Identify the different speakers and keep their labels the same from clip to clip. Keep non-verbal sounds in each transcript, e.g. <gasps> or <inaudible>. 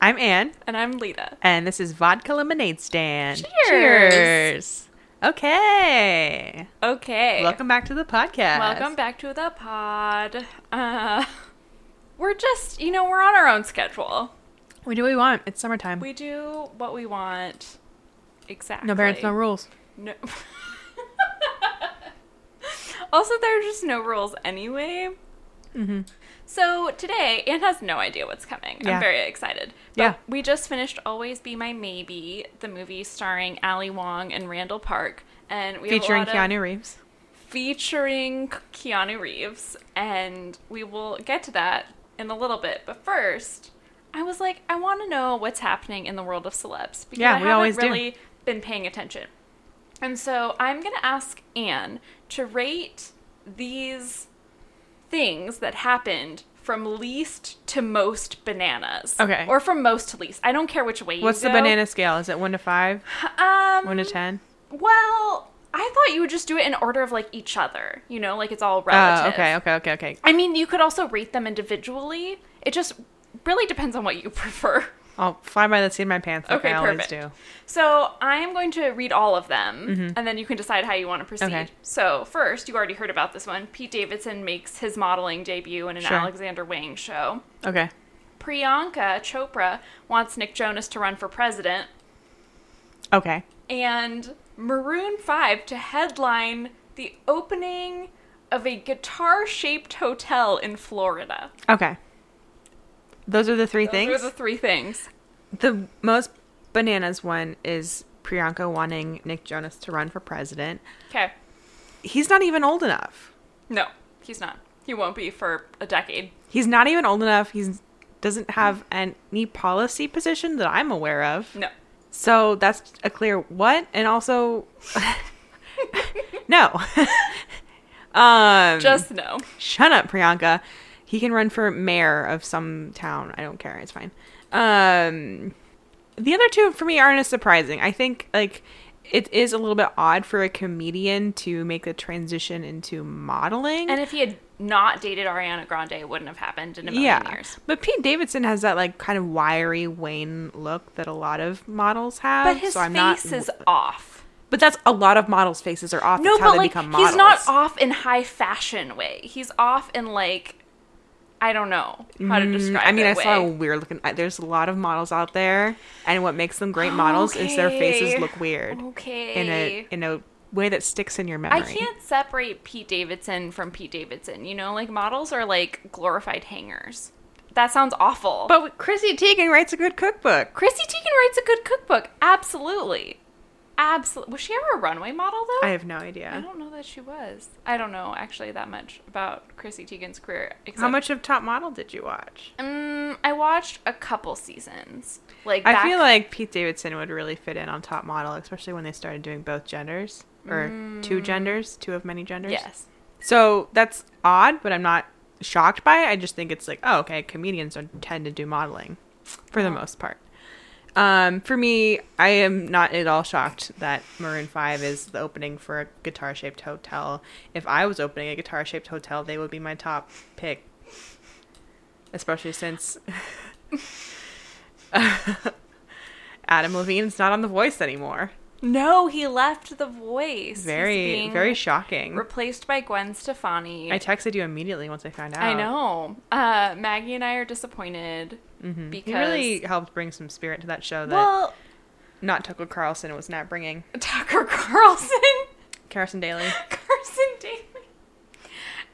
Speaker 1: I'm Anne,
Speaker 2: And I'm Lita.
Speaker 1: and this is Vodka Lemonade Stand.
Speaker 2: Cheers.
Speaker 1: Cheers. Okay.
Speaker 2: Okay.
Speaker 1: Welcome back to the podcast.
Speaker 2: Welcome back to the pod. Uh, <laughs> we're just, you know, we're on our own schedule.
Speaker 1: We do what we want. It's summertime.
Speaker 2: We do what we want. Exactly.
Speaker 1: no parents, no rules.
Speaker 2: No. <laughs> also, there are just no rules anyway.
Speaker 1: Mm-hmm.
Speaker 2: So today, Anne has no idea what's coming.
Speaker 1: Yeah.
Speaker 2: I'm very excited. But
Speaker 1: Yeah.
Speaker 2: We just finished "Always Be My Maybe," the movie starring Ali Wong and Randall Park, and we
Speaker 1: Featuring
Speaker 2: have a lot of-
Speaker 1: Keanu Reeves.
Speaker 2: featuring Keanu Reeves, and we will get to that in a little bit. But first, I was like, I want to know what's happening in the world of celebs because
Speaker 1: Yeah,
Speaker 2: I
Speaker 1: we
Speaker 2: haven't
Speaker 1: always do.
Speaker 2: really been paying attention. And so I'm going to ask Anne to rate these things that happened from least to most bananas.
Speaker 1: Okay.
Speaker 2: Or from most to least. I don't care which way you
Speaker 1: What's the
Speaker 2: go.
Speaker 1: banana scale? Is it one to five?
Speaker 2: Um, <gasps>
Speaker 1: One to ten?
Speaker 2: well, I thought you would just do it in order of like each other, you know, like it's all
Speaker 1: Oh,
Speaker 2: relative.
Speaker 1: okay, okay, okay, okay.
Speaker 2: I mean, you could also rate them individually. It just really depends on what you <laughs> prefer.
Speaker 1: I'll fly by the seat of my pants like
Speaker 2: Okay,
Speaker 1: I always
Speaker 2: perfect.
Speaker 1: do. Mm-hmm.
Speaker 2: So I'm going to read all of them, and then you can decide how you want to proceed.
Speaker 1: Okay.
Speaker 2: So first, you already heard about this one. Pete Davidson makes his modeling debut in an
Speaker 1: Sure.
Speaker 2: Alexander Wang show.
Speaker 1: Okay.
Speaker 2: Priyanka Chopra wants Nick Jonas to run for president.
Speaker 1: Okay.
Speaker 2: and Maroon 5 to headline the opening of a guitar shaped hotel in Florida.
Speaker 1: Okay. Those are the three
Speaker 2: Those
Speaker 1: things.
Speaker 2: are the three things.
Speaker 1: The most bananas one is Priyanka wanting Nick Jonas to run for president.
Speaker 2: Okay.
Speaker 1: He's not even old enough.
Speaker 2: No, he's not. He won't be for a decade.
Speaker 1: He's not even old enough. He doesn't have any policy position that I'm aware of.
Speaker 2: No.
Speaker 1: So that's a clear what. And also, <laughs> no. <laughs> um,
Speaker 2: Just no.
Speaker 1: shut up, Priyanka. He can run for mayor of some town. I don't care. It's fine. Um, the other two for me aren't as surprising. I think like it is a little bit odd for a comedian to make the transition into modeling.
Speaker 2: <laughs> And if he had not dated Ariana Grande, it wouldn't have happened in a million
Speaker 1: yeah,
Speaker 2: years.
Speaker 1: but Pete Davidson has that like kind of wiry Wayne look that a lot of models have.
Speaker 2: But
Speaker 1: Um,
Speaker 2: his
Speaker 1: so I'm
Speaker 2: face
Speaker 1: not,
Speaker 2: is off.
Speaker 1: But that's a lot of models' faces are off.
Speaker 2: No,
Speaker 1: That's how
Speaker 2: but
Speaker 1: they
Speaker 2: like
Speaker 1: become models.
Speaker 2: he's not off in high fashion way. He's off in like I don't know how to describe.
Speaker 1: Mm, I mean,
Speaker 2: it
Speaker 1: I saw a
Speaker 2: way.
Speaker 1: weird looking. I- There's a lot of models out there, and what makes them great models is their faces
Speaker 2: Okay.
Speaker 1: look weird
Speaker 2: Okay.
Speaker 1: in a in a way that sticks in your
Speaker 2: I
Speaker 1: memory.
Speaker 2: can't separate Pete Davidson from Pete Davidson. You know, like models are like glorified hangers. That sounds awful.
Speaker 1: But Chrissy Teigen writes a good cookbook.
Speaker 2: Chrissy Teigen writes a good cookbook. Absolutely. Absolutely. Was she ever a runway model though?
Speaker 1: I have no
Speaker 2: I
Speaker 1: idea.
Speaker 2: don't know that she was. I don't know actually that much about Chrissy Teigen's career. Except,
Speaker 1: How much of Top Model did you watch?
Speaker 2: Um, I watched a couple seasons. Like
Speaker 1: I
Speaker 2: back,
Speaker 1: feel like Pete Davidson would really fit in on Top Model, especially when they started doing both genders or two genders, two of many genders.
Speaker 2: Mm. yes.
Speaker 1: So that's odd, but I'm not shocked by it. I just think it's like, oh, okay, comedians don't tend to do modeling for the most part. Um, for me, I am not at all shocked that Maroon 5 is the opening for a guitar shaped hotel. If I was opening a guitar shaped hotel, they would be my top pick. Especially since <laughs> Adam Levine's not on The Voice anymore.
Speaker 2: No, he left The Voice. He's
Speaker 1: Very,
Speaker 2: being
Speaker 1: very shocking.
Speaker 2: replaced by Gwen Stefani.
Speaker 1: I texted you immediately once I found out.
Speaker 2: I know. Uh, Maggie and I are disappointed because
Speaker 1: He Mm-hmm. really helped bring some spirit to that show that
Speaker 2: well
Speaker 1: not Tucker Carlson was not bringing.
Speaker 2: Tucker <laughs> Carlson,
Speaker 1: Carson Daly.
Speaker 2: Carson Daly,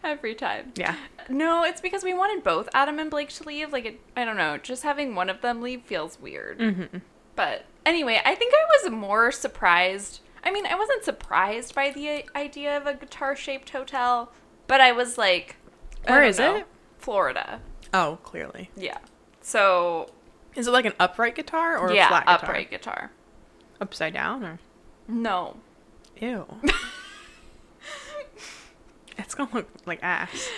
Speaker 2: every time.
Speaker 1: Yeah.
Speaker 2: No, it's because we wanted both Adam and Blake to leave. Like, it, I don't know, just having one of them leave feels weird.
Speaker 1: Mm-hmm.
Speaker 2: But anyway, I think I was more surprised. I mean, I wasn't surprised by the i- idea of a guitar-shaped hotel, but I was like, I
Speaker 1: Where
Speaker 2: don't
Speaker 1: is
Speaker 2: know,
Speaker 1: it?
Speaker 2: Florida.
Speaker 1: Oh, clearly.
Speaker 2: Yeah. So
Speaker 1: Is it like an upright guitar or
Speaker 2: yeah,
Speaker 1: a flat guitar?
Speaker 2: upright guitar.
Speaker 1: Upside down or
Speaker 2: No.
Speaker 1: ew.
Speaker 2: <laughs>
Speaker 1: it's gonna look like
Speaker 2: <laughs>
Speaker 1: ass.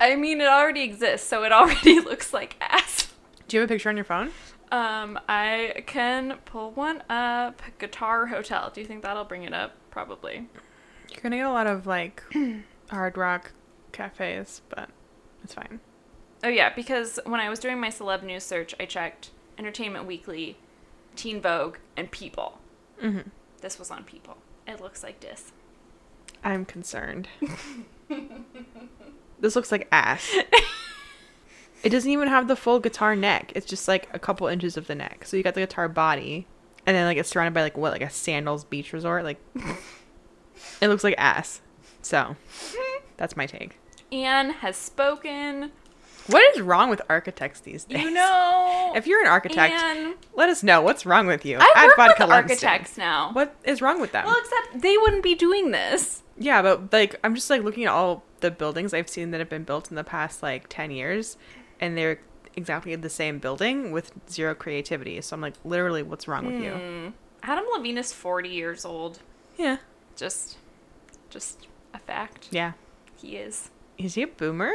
Speaker 2: I mean, it already exists, so it <laughs> already looks like ass.
Speaker 1: Do you have a picture on your phone?
Speaker 2: Um, I can pull one up. Guitar Hotel. Do you think that'll bring it up? Probably.
Speaker 1: You're gonna get a lot of like hard rock cafes, but it's fine.
Speaker 2: Oh yeah, because when I was doing my celeb news search, I checked Entertainment Weekly, Teen Vogue, and People.
Speaker 1: Mm-hmm.
Speaker 2: This was on People. It looks like this.
Speaker 1: I'm
Speaker 2: <laughs>
Speaker 1: concerned. this looks like ass. it doesn't even have the full guitar neck. It's just like a couple inches of the neck. So you got the guitar body, and then like it's surrounded by like what, like a sandals beach resort.
Speaker 2: <laughs>
Speaker 1: Like it looks like ass. So that's my take.
Speaker 2: Anne has spoken.
Speaker 1: What is wrong with architects these days?
Speaker 2: You know,
Speaker 1: <laughs> if you're an architect,
Speaker 2: Anne,
Speaker 1: let us know what's wrong with you. Add
Speaker 2: I work with
Speaker 1: vodka Lemsden.
Speaker 2: architects now.
Speaker 1: What is wrong with them?
Speaker 2: Well, except they wouldn't be doing this.
Speaker 1: Yeah, but like I'm just like looking at all the buildings I've seen that have been built in the past like 10 years and they're exactly the same building with zero creativity. So I'm like literally what's wrong with you?
Speaker 2: Hmm. Adam Levine is 40 years old.
Speaker 1: Yeah.
Speaker 2: Just, just a fact.
Speaker 1: Yeah.
Speaker 2: He is.
Speaker 1: Is he a boomer?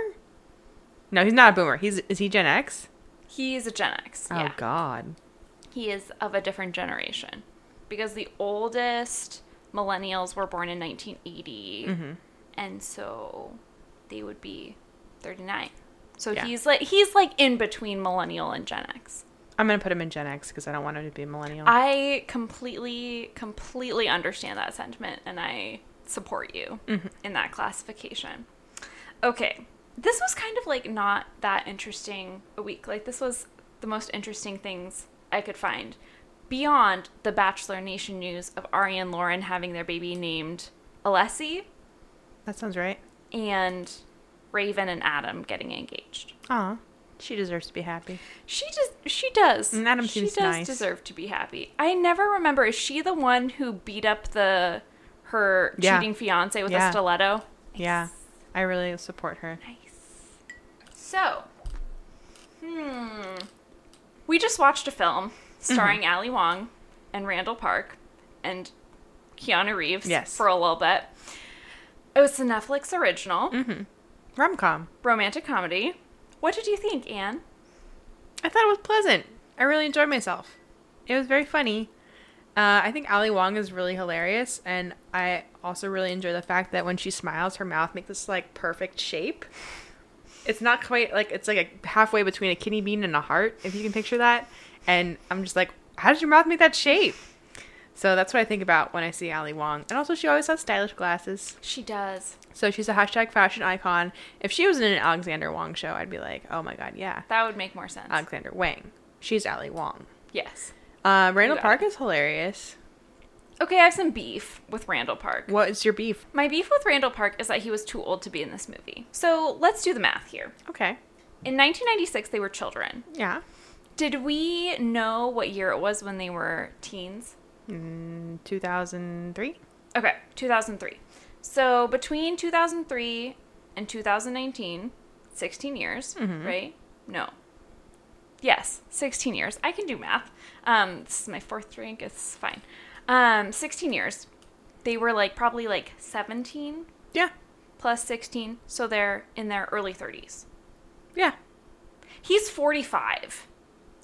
Speaker 1: No, he's not a boomer. He's is he Gen X?
Speaker 2: He is a Gen X. yeah.
Speaker 1: Oh god.
Speaker 2: He is of a different generation because the oldest millennials were born in 1980.
Speaker 1: Mm-hmm.
Speaker 2: And so they would be 39. So
Speaker 1: Yeah.
Speaker 2: he's like he's like in between millennial and Gen X.
Speaker 1: I'm going to put him in Gen X cuz I don't want him to be a millennial.
Speaker 2: I completely completely understand that sentiment and I support you in that classification. Okay. This was kind of like not that interesting a week. Like this was the most interesting things I could find beyond the Bachelor Nation news of Ari and Lauren having their baby named Alessi
Speaker 1: that sounds right.
Speaker 2: and Raven and Adam getting engaged.
Speaker 1: Aw. She deserves to be happy.
Speaker 2: She just she does.
Speaker 1: And Adam
Speaker 2: she
Speaker 1: seems
Speaker 2: does
Speaker 1: nice.
Speaker 2: deserve to be happy. I never remember is she the one who beat up the her
Speaker 1: Yeah.
Speaker 2: cheating fiance with
Speaker 1: Yeah.
Speaker 2: a stiletto?
Speaker 1: Yeah. I really support her.
Speaker 2: Nice. So, hmm. We just watched a film
Speaker 1: Mm-hmm.
Speaker 2: starring Ali Wong and Randall Park and Keanu Reeves
Speaker 1: Yes.
Speaker 2: for a little bit. It was a Netflix original,
Speaker 1: Mm-hmm. Rom-com.
Speaker 2: romantic comedy. What did you think, Anne?
Speaker 1: I thought it was pleasant. I really enjoyed myself. It was very funny. Uh, I think Ali Wong is really hilarious, and I also really enjoy the fact that when she smiles, her mouth makes this like perfect shape. It's not quite like it's like a halfway between a kidney bean and a heart, if you can picture that. And I'm just like, how does your mouth make that shape? So that's what I think about when I see Ali Wong. And also, she always has stylish glasses.
Speaker 2: She does.
Speaker 1: So she's a hashtag fashion icon. If she was in an Alexander Wong show, I'd be like, oh my god, yeah.
Speaker 2: That would make more sense.
Speaker 1: Alexander Wang. She's Ali Wong.
Speaker 2: yes.
Speaker 1: Uh, Randall
Speaker 2: Yeah.
Speaker 1: Park is hilarious.
Speaker 2: Okay, I have some beef with Randall Park.
Speaker 1: What is your beef?
Speaker 2: My beef with Randall Park is that he was too old to be in this movie. So let's do the math here.
Speaker 1: Okay.
Speaker 2: In 1996, they were children.
Speaker 1: Yeah.
Speaker 2: Did we know what year it was when they were teens?
Speaker 1: Mm, 2003?
Speaker 2: Okay, 2003. So between 2003 and 2019, 16 years, right? No. Yes, 16 years. I can do math. Um, this is my fourth drink. It's fine. Um, 16 years. They were like probably like 17,
Speaker 1: Yeah.
Speaker 2: plus 16, so they're in their early 30s.
Speaker 1: Yeah.
Speaker 2: He's 45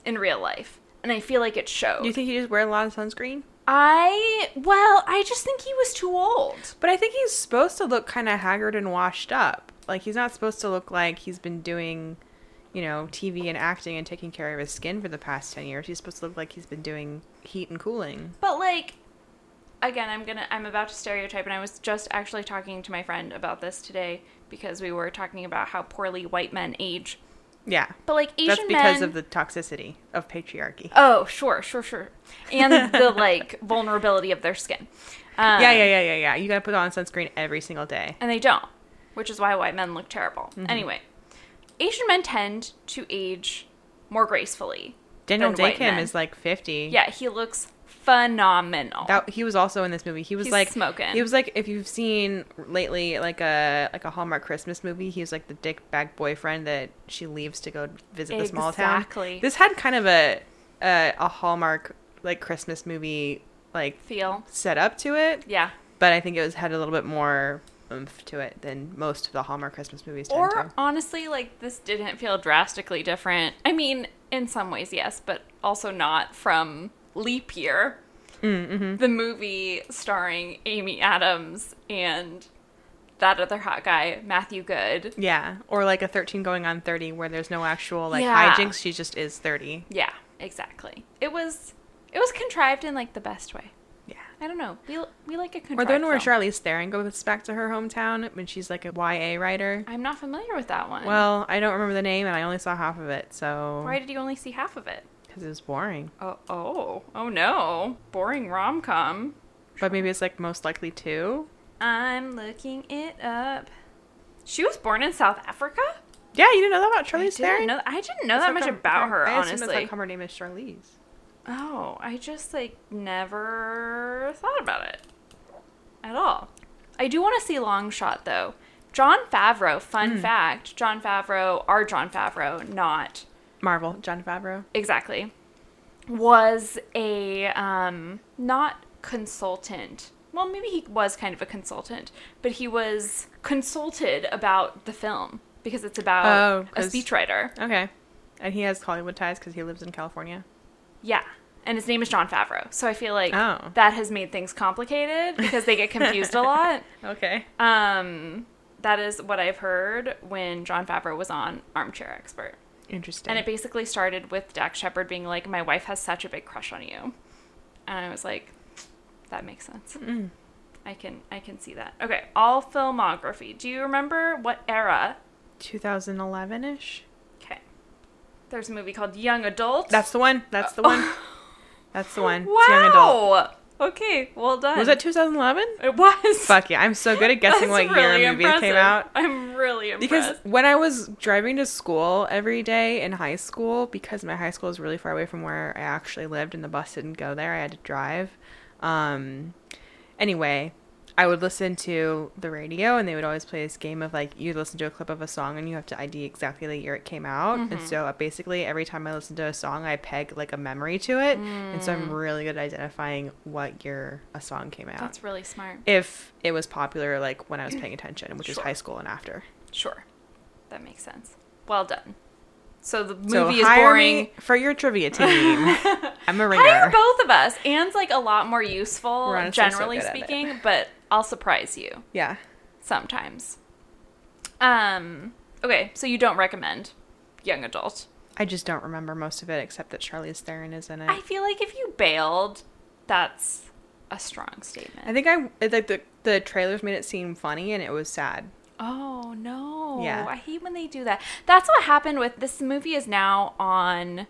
Speaker 2: in real life, and I feel like it showed.
Speaker 1: Do you think he just wear a lot of sunscreen?
Speaker 2: I well, I just think he was too old.
Speaker 1: But I think he's supposed to look kind of haggard and washed up. Like, he's not supposed to look like he's been doing, you know, TV and acting and taking care of his skin for the past 10 years. He's supposed to look like he's been doing heat and cooling.
Speaker 2: But like again, I'm going to I'm about to stereotype and I was just actually talking to my friend about this today because we were talking about how poorly white men age.
Speaker 1: Yeah.
Speaker 2: But like Asian
Speaker 1: That's because
Speaker 2: men
Speaker 1: of the toxicity of patriarchy.
Speaker 2: Oh, sure, sure, sure.
Speaker 1: <laughs>
Speaker 2: And the like vulnerability of their skin. Um,
Speaker 1: yeah, yeah, yeah, yeah, yeah. You gotta put on sunscreen every single day.
Speaker 2: and they don't, which is why white men look terrible.
Speaker 1: Mm-hmm.
Speaker 2: Anyway, Asian men tend to age more gracefully.
Speaker 1: Daniel
Speaker 2: than white
Speaker 1: Day-Kim
Speaker 2: men.
Speaker 1: is like 50.
Speaker 2: yeah, he looks phenomenal.
Speaker 1: That he was also in this movie. He was
Speaker 2: He's
Speaker 1: like
Speaker 2: smoking.
Speaker 1: He was like if you've seen lately like a like a Hallmark Christmas movie. He was like the dick bag boyfriend that she leaves to go visit the small town.
Speaker 2: Exactly.
Speaker 1: This had kind of a a, a Hallmark like Christmas movie like
Speaker 2: feel,
Speaker 1: setup to it,
Speaker 2: yeah.
Speaker 1: but I think it was had a little bit more oomph to it than most of the Hallmark Christmas movies. Tend
Speaker 2: Or
Speaker 1: to.
Speaker 2: honestly, like this didn't feel drastically different. I mean, in some ways, yes, but also not from Leap Year,
Speaker 1: Mm, mm-hmm.
Speaker 2: the movie starring Amy Adams and that other hot guy, Matthew Good.
Speaker 1: yeah, or like a thirteen going on thirty where there's no actual like
Speaker 2: Yeah.
Speaker 1: hijinks. She just is thirty.
Speaker 2: Yeah. Exactly. It was it was contrived in like the best way.
Speaker 1: Yeah.
Speaker 2: I don't know. We we like a
Speaker 1: Or
Speaker 2: contrived.
Speaker 1: the one where
Speaker 2: film.
Speaker 1: Charlize Theron goes back to her hometown when she's like a YA writer.
Speaker 2: I'm not familiar with that one.
Speaker 1: Well, I don't remember the name, and I only saw half of it, so
Speaker 2: why did you only see half of it?
Speaker 1: because it was boring.
Speaker 2: Oh oh oh no! Boring rom com.
Speaker 1: But maybe it's like most likely two.
Speaker 2: I'm looking it up. She was born in South Africa.
Speaker 1: Yeah, you didn't know that about
Speaker 2: I
Speaker 1: Charlize
Speaker 2: didn't
Speaker 1: Theron.
Speaker 2: know. I didn't know
Speaker 1: That's
Speaker 2: that
Speaker 1: how
Speaker 2: much
Speaker 1: come-
Speaker 2: about her.
Speaker 1: I assume
Speaker 2: honestly,
Speaker 1: that's how come her name is Charlize.
Speaker 2: Oh, I just like never thought about it at all. I do want to see Long Shot though. John Favreau, fun
Speaker 1: Hmm.
Speaker 2: fact John Favreau, our John Favreau, not
Speaker 1: Marvel, John Favreau.
Speaker 2: exactly, was a um, not consultant. Well, maybe he was kind of a consultant, but he was consulted about the film because it's about
Speaker 1: Oh,
Speaker 2: a
Speaker 1: 'cause-
Speaker 2: speechwriter.
Speaker 1: Okay, and he has Hollywood ties because he lives in California.
Speaker 2: Yeah. And his name is John Favreau. So I feel like
Speaker 1: Oh.
Speaker 2: that has made things complicated because
Speaker 1: <laughs>
Speaker 2: they get confused a lot.
Speaker 1: Okay.
Speaker 2: Um, that is what I've heard when John Favreau was on Armchair Expert.
Speaker 1: Interesting.
Speaker 2: And it basically started with Dak Shepard being like, My wife has such a big crush on you. And I was like, That makes sense.
Speaker 1: Hmm.
Speaker 2: I can I can see that. Okay, all filmography. Do you remember what era?
Speaker 1: 2011 ish.
Speaker 2: Okay. There's a movie called Young Adult. Oh,
Speaker 1: That's the one. That's
Speaker 2: <laughs>
Speaker 1: the one. That's <laughs> the one.
Speaker 2: wow.
Speaker 1: It's young adult.
Speaker 2: Okay, well done.
Speaker 1: Was that 2011?
Speaker 2: It was.
Speaker 1: Fuck yeah! I'm so good at guessing
Speaker 2: That's
Speaker 1: what year a
Speaker 2: really
Speaker 1: movie came
Speaker 2: impressive.
Speaker 1: out.
Speaker 2: I'm really impressed.
Speaker 1: Because when I was driving to school every day in high school, because my high school is really far away from where I actually lived and the bus didn't go there, I had to drive. Um, anyway, I would listen to the radio and they would always play this game of like, you listen to a clip of a song and you have to ID exactly the year it came out.
Speaker 2: Mm-hmm.
Speaker 1: And so uh, basically, every time I listen to a song, I peg like a memory to it. And so I'm really good at identifying what year a song came out.
Speaker 2: Mm. That's really smart.
Speaker 1: if it was popular, like when I was paying attention, which is
Speaker 2: Sure.
Speaker 1: high school and after.
Speaker 2: Sure. That makes sense. Well done. So the movie
Speaker 1: So
Speaker 2: is
Speaker 1: hire
Speaker 2: boring.
Speaker 1: me for your
Speaker 2: <laughs>
Speaker 1: trivia team. I'm <laughs> a
Speaker 2: Hire
Speaker 1: ringer.
Speaker 2: both of us. Anne's like a lot more useful,
Speaker 1: We're honestly so
Speaker 2: generally
Speaker 1: good at it.
Speaker 2: speaking, but I'll surprise you
Speaker 1: Yeah.
Speaker 2: sometimes. Um. Okay, so you don't recommend young adult.
Speaker 1: I just don't remember most of it except that Charlize Theron is in it.
Speaker 2: I
Speaker 1: I,
Speaker 2: feel like if you bailed, that's a strong statement.
Speaker 1: think I it- like the the trailers made it seem funny and it was sad.
Speaker 2: Oh no.
Speaker 1: Yeah.
Speaker 2: I hate when they do that. That's what happened with this movie is now on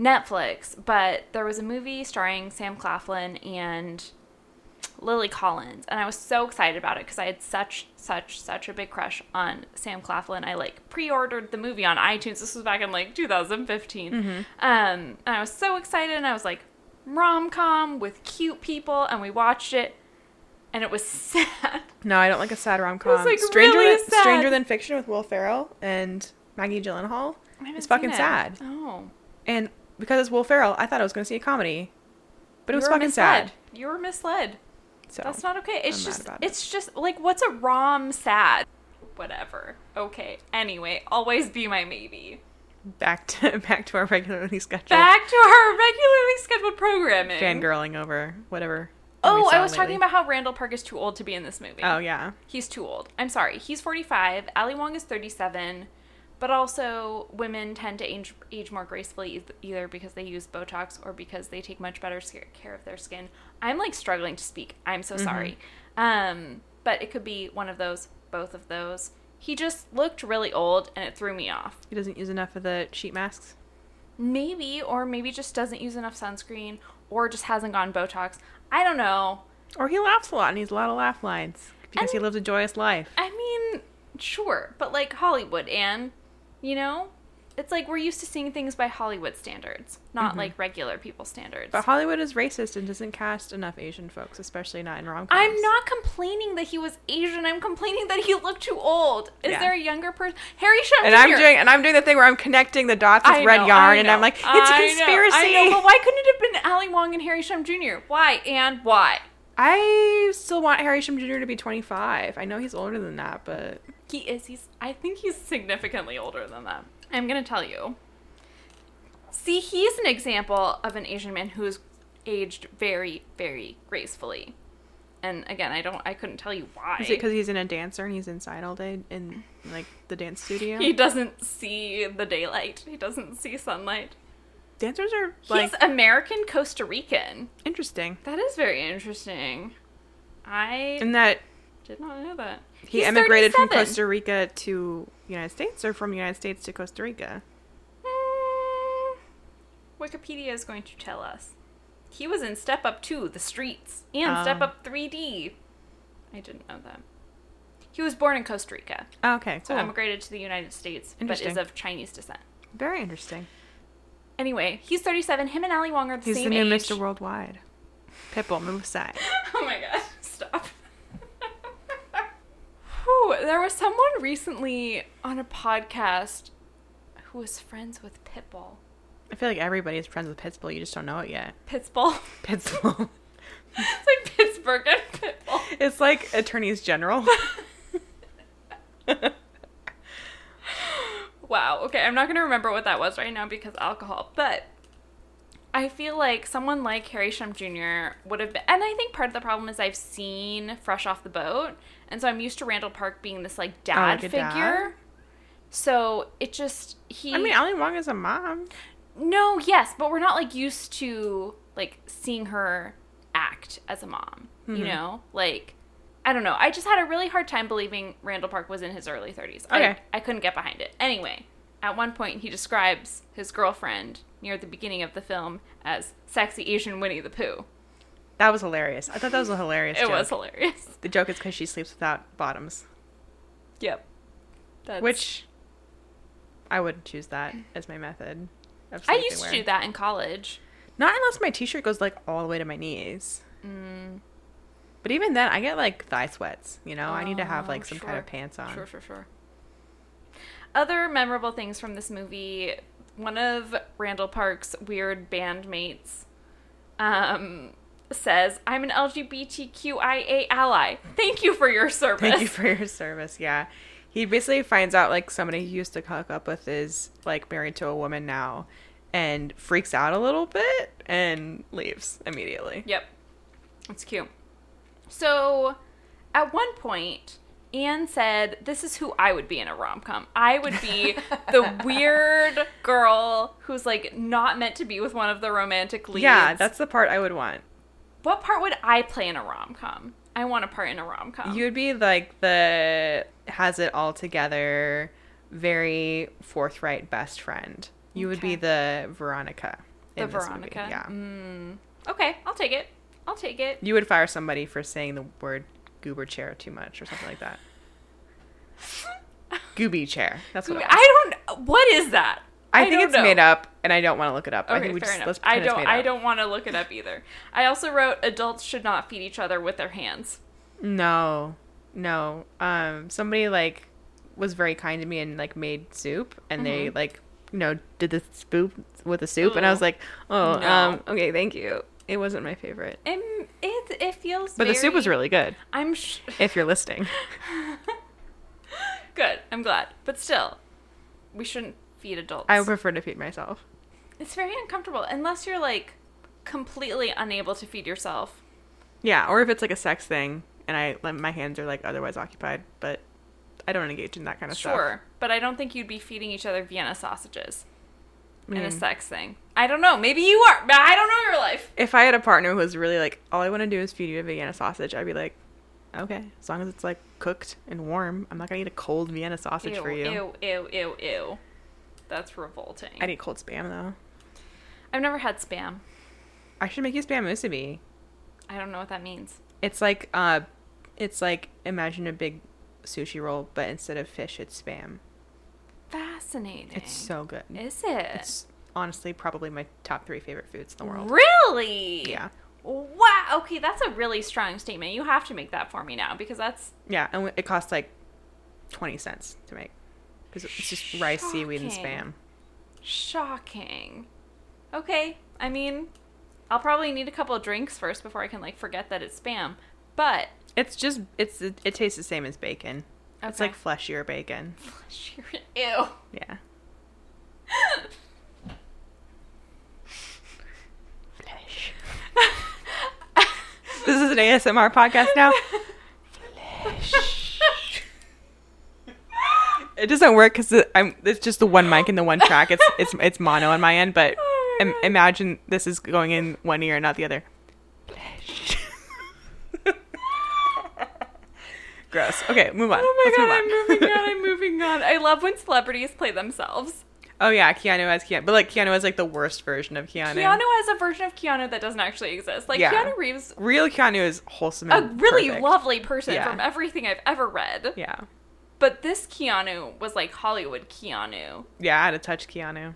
Speaker 2: Netflix, but there was a movie starring Sam Claflin and Lily Collins, and I was so excited about it because I had such, such, such a big crush on Sam Claflin. I like pre-ordered the movie on iTunes. This was back in like 2015, um, and I was so excited. And I was like, rom com with cute people, and we watched it, and it was <laughs> sad.
Speaker 1: No, I don't like a sad rom com.
Speaker 2: like,
Speaker 1: Stranger
Speaker 2: really
Speaker 1: than,
Speaker 2: sad.
Speaker 1: Stranger Than Fiction with Will Ferrell and Maggie Gyllenhaal.
Speaker 2: I haven't
Speaker 1: It's
Speaker 2: seen
Speaker 1: fucking
Speaker 2: it.
Speaker 1: sad.
Speaker 2: Oh,
Speaker 1: And because it's Will Ferrell, I thought I was going to see a comedy, but it was
Speaker 2: You were
Speaker 1: fucking
Speaker 2: misled.
Speaker 1: sad.
Speaker 2: You were misled.
Speaker 1: So
Speaker 2: That's not okay. It's
Speaker 1: I'm mad
Speaker 2: just
Speaker 1: about it.
Speaker 2: it's just like what's a rom sad? Whatever. Okay. Anyway, always be my maybe.
Speaker 1: back to <laughs> back to our regularly scheduled
Speaker 2: Back to our regularly scheduled programming.
Speaker 1: fangirling over whatever. we
Speaker 2: Oh, I
Speaker 1: saw
Speaker 2: was
Speaker 1: lately.
Speaker 2: talking about how Randall Park is too old to be in this movie.
Speaker 1: Oh yeah.
Speaker 2: He's too old. I'm sorry. He's 45. Ali Wong is 37. But also, women tend to age, age more gracefully eith- either because they use Botox or because they take much better sca- care of their skin. I'm like struggling to speak. I'm so sorry. Um, but it could be one of those, both of those. He just looked really old and it threw me off.
Speaker 1: He doesn't use enough of the sheet masks.
Speaker 2: Maybe, or maybe just doesn't use enough sunscreen or just hasn't gone Botox. I don't know.
Speaker 1: Or he laughs a lot and he's a lot of laugh lines because he
Speaker 2: And-
Speaker 1: lives a joyous life.
Speaker 2: I mean, sure, but like Hollywood, Anne, you know? It's like we're used to seeing things by Hollywood standards, not like regular people standards.
Speaker 1: Mm-hmm. But Hollywood is racist and doesn't cast enough Asian folks, especially not in rom coms.
Speaker 2: I'm not complaining that he was Asian. I'm complaining that he looked too old. Is
Speaker 1: Yeah.
Speaker 2: there a younger person? Harry Shum
Speaker 1: And I'm
Speaker 2: Jr.
Speaker 1: doing and I'm doing the thing where I'm connecting the dots with
Speaker 2: I
Speaker 1: red
Speaker 2: know,
Speaker 1: yarn,
Speaker 2: I
Speaker 1: and I'm
Speaker 2: know,
Speaker 1: like, it's a
Speaker 2: I know,
Speaker 1: conspiracy.
Speaker 2: I know, but why couldn't it have been Ali Wong and Harry Shum Jr.? Why and why?
Speaker 1: I still want Harry Shum Jr. to be 25. I know he's older than that, but
Speaker 2: He is. He's. I think he's significantly older than that. I'm gonna tell you. See, he's an example of an Asian man who's aged very, very gracefully. And again, I don't. I couldn't tell you why.
Speaker 1: is it because he's in a dancer and he's inside all day in like the dance studio?
Speaker 2: he doesn't see the daylight? He doesn't see sunlight.
Speaker 1: dancers are like
Speaker 2: He's American Costa Rican.
Speaker 1: interesting.
Speaker 2: That is very interesting. I
Speaker 1: In that
Speaker 2: did not know that.
Speaker 1: he
Speaker 2: He's
Speaker 1: emigrated from
Speaker 2: 37.
Speaker 1: Costa Rica to United States, or from United States to Costa Rica.
Speaker 2: Mm, Wikipedia is going to tell us. He was in Step Up 2, The Streets, and Step
Speaker 1: Um.
Speaker 2: Up 3D. I didn't know that. He was born in Costa Rica,
Speaker 1: Oh, okay,
Speaker 2: so
Speaker 1: cool.
Speaker 2: emigrated to the United States, but is
Speaker 1: Interesting.
Speaker 2: of Chinese descent.
Speaker 1: Very interesting.
Speaker 2: Anyway, he's 37. Him and Ali Wong are the
Speaker 1: He's
Speaker 2: same
Speaker 1: the new
Speaker 2: age.
Speaker 1: Mr. Worldwide. Pitbull, move aside.
Speaker 2: <laughs> Oh my god, stop. <laughs> Whew, there was someone recently on a podcast who was friends with Pitbull.
Speaker 1: I feel like everybody's friends with Pitbull. You just don't know it yet.
Speaker 2: <laughs> Pitbull?
Speaker 1: Pitbull.
Speaker 2: it's like Pittsburgh and Pitbull.
Speaker 1: <laughs> it's like attorneys general.
Speaker 2: <laughs> Wow. Okay, I'm not going to remember what that was right now because alcohol, but I feel like someone like Harry Shum Jr. would have been, and I think part of the problem is I've seen Fresh Off the Boat, and so I'm used to Randall Park being this like dad
Speaker 1: Oh, like a
Speaker 2: figure.
Speaker 1: dad?
Speaker 2: So it just he.
Speaker 1: I mean, Ali Wong is a mom.
Speaker 2: no, yes, but we're not like used to like seeing her act as a mom.
Speaker 1: Mm-hmm.
Speaker 2: You know, like I don't know. I just had a really hard time believing Randall Park was in his early 30s.
Speaker 1: Okay.
Speaker 2: I, I couldn't get behind it. Anyway, at one point he describes his girlfriend near the beginning of the film as sexy Asian Winnie the Pooh.
Speaker 1: That was hilarious. I thought that was a hilarious
Speaker 2: It
Speaker 1: joke.
Speaker 2: was hilarious.
Speaker 1: The joke is because she sleeps without bottoms,
Speaker 2: Yep. That's,
Speaker 1: which I wouldn't choose that as my method. Of
Speaker 2: I
Speaker 1: sleeping
Speaker 2: used to
Speaker 1: wear.
Speaker 2: do that in college.
Speaker 1: Not unless my t-shirt goes like all the way to my knees.
Speaker 2: Mm.
Speaker 1: But even then, I get like thigh sweats. You know, I need to have
Speaker 2: Oh,
Speaker 1: like some kind
Speaker 2: sure.
Speaker 1: of pants on.
Speaker 2: Sure, sure, sure. Other memorable things from this movie one of Randall Park's weird bandmates um, says, I'm an LGBTQIA ally. Thank you for your
Speaker 1: <laughs>
Speaker 2: service. <laughs>
Speaker 1: Thank you for your service. Yeah. He basically finds out like somebody he used to hook up with is like married to a woman now and freaks out a little bit and leaves immediately.
Speaker 2: Yep. It's cute. So, at one point, Anne said, This is who I would be in a rom com. I would be
Speaker 1: <laughs>
Speaker 2: the weird girl who's like not meant to be with one of the romantic leads.
Speaker 1: Yeah, that's the part I would want.
Speaker 2: What part would I play in a rom com? I want a part in a rom com.
Speaker 1: You would be like the has it all together, very forthright best friend. You would be the Veronica.
Speaker 2: the
Speaker 1: in this movie,
Speaker 2: Veronica.
Speaker 1: Yeah.
Speaker 2: Mm. Okay, I'll take it. I'll take it.
Speaker 1: You would fire somebody for saying the word goober chair too much or something like
Speaker 2: <laughs>
Speaker 1: that. Gooby chair. That's what it was.
Speaker 2: I don't. What is that?
Speaker 1: I, think
Speaker 2: don't
Speaker 1: it's
Speaker 2: know.
Speaker 1: made up, and I don't want to look it up. I
Speaker 2: Okay,
Speaker 1: think we
Speaker 2: fair
Speaker 1: just
Speaker 2: enough.
Speaker 1: let's
Speaker 2: I
Speaker 1: pretend it's
Speaker 2: don't.
Speaker 1: made
Speaker 2: I
Speaker 1: up.
Speaker 2: don't want to look it up either. I also wrote adults should not feed each other with their hands.
Speaker 1: No, no. Um, somebody like was very kind to me and like made soup, and they like you know did the spoop with the soup, and I was
Speaker 2: Ooh.
Speaker 1: like, oh,
Speaker 2: No.
Speaker 1: um, okay, thank you. It wasn't my favorite,
Speaker 2: It it, it feels.
Speaker 1: but the soup was
Speaker 2: very-
Speaker 1: really good.
Speaker 2: I'm sh-
Speaker 1: If you're listening,
Speaker 2: <laughs>
Speaker 1: <laughs>
Speaker 2: good. I'm glad. But still, we shouldn't feed adults.
Speaker 1: I would prefer to feed myself.
Speaker 2: it's very uncomfortable unless you're like completely unable to feed yourself.
Speaker 1: Yeah, or if it's like a sex thing, and I like, my hands are like otherwise occupied, but I don't engage in that kind of stuff.
Speaker 2: Sure, but I don't think you'd be feeding each other Vienna sausages
Speaker 1: I
Speaker 2: in
Speaker 1: mean,
Speaker 2: a sex thing. I don't know. Maybe you are, but I don't know your life.
Speaker 1: if I had a partner who was really like, all I want to do is feed you a Vienna sausage, I'd be like, okay, as long as it's like cooked and warm, I'm not gonna eat a cold Vienna sausage
Speaker 2: ew,
Speaker 1: for you.
Speaker 2: ew, ew, ew, ew. That's revolting.
Speaker 1: I'd eat cold spam though.
Speaker 2: I've never had spam.
Speaker 1: I should make you spam musubi.
Speaker 2: I don't know what that means.
Speaker 1: It's like, uh, it's like imagine a big sushi roll, but instead of fish, it's spam.
Speaker 2: Fascinating.
Speaker 1: It's so good.
Speaker 2: Is it
Speaker 1: It's honestly probably my top three favorite foods in the world.
Speaker 2: really?
Speaker 1: Yeah,
Speaker 2: Wow. Okay, that's a really strong statement. You have to make that for me now because that's
Speaker 1: yeah, and it costs like twenty cents to make because it's just rice, seaweed, and
Speaker 2: Shocking.
Speaker 1: spam.
Speaker 2: shocking. Okay. I mean, I'll probably need a couple of drinks first before I can like forget that it's spam. But
Speaker 1: It's just it's it, it tastes the same as bacon. It's
Speaker 2: Okay.
Speaker 1: like fleshier bacon.
Speaker 2: <laughs> ew.
Speaker 1: Yeah. Flesh. this is an ASMR podcast now. Flesh. It doesn't work because I'm. It's just the one mic and the one track. It's it's it's mono on my end, but
Speaker 2: <laughs> Oh
Speaker 1: Im- imagine this is going in one ear and not the
Speaker 2: <laughs>
Speaker 1: other. Gross. Okay, move on.
Speaker 2: Oh my
Speaker 1: Let's
Speaker 2: god,
Speaker 1: move on. <laughs>
Speaker 2: I'm moving on. I'm moving on. I love when celebrities play themselves.
Speaker 1: Oh yeah, Keanu as Keanu, but like Keanu is like the worst version of Keanu.
Speaker 2: Keanu has a version of Keanu that doesn't actually exist. Like
Speaker 1: Yeah.
Speaker 2: Keanu Reeves,
Speaker 1: real Keanu is wholesome.
Speaker 2: a
Speaker 1: and
Speaker 2: really
Speaker 1: perfect.
Speaker 2: lovely person
Speaker 1: Yeah.
Speaker 2: from everything I've ever read.
Speaker 1: Yeah,
Speaker 2: But this Keanu was like Hollywood Keanu.
Speaker 1: yeah, I had to touch Keanu.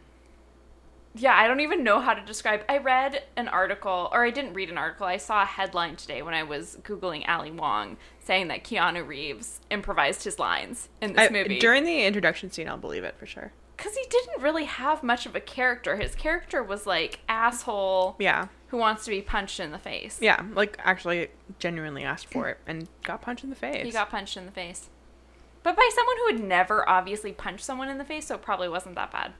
Speaker 2: Yeah, I don't even know how to describe. I read an article, or I didn't read an article. I saw a headline today when I was googling Ali Wong saying that Keanu Reeves improvised his lines in this
Speaker 1: I-
Speaker 2: movie
Speaker 1: during the introduction scene, I'll believe it for sure.
Speaker 2: because he didn't really have much of a character. His character was like asshole
Speaker 1: Yeah,
Speaker 2: who wants to be punched in the face.
Speaker 1: yeah, like actually genuinely asked for it and got punched in the face.
Speaker 2: He got punched in the face. But by someone who would never obviously punch someone in the face, so it probably wasn't that bad.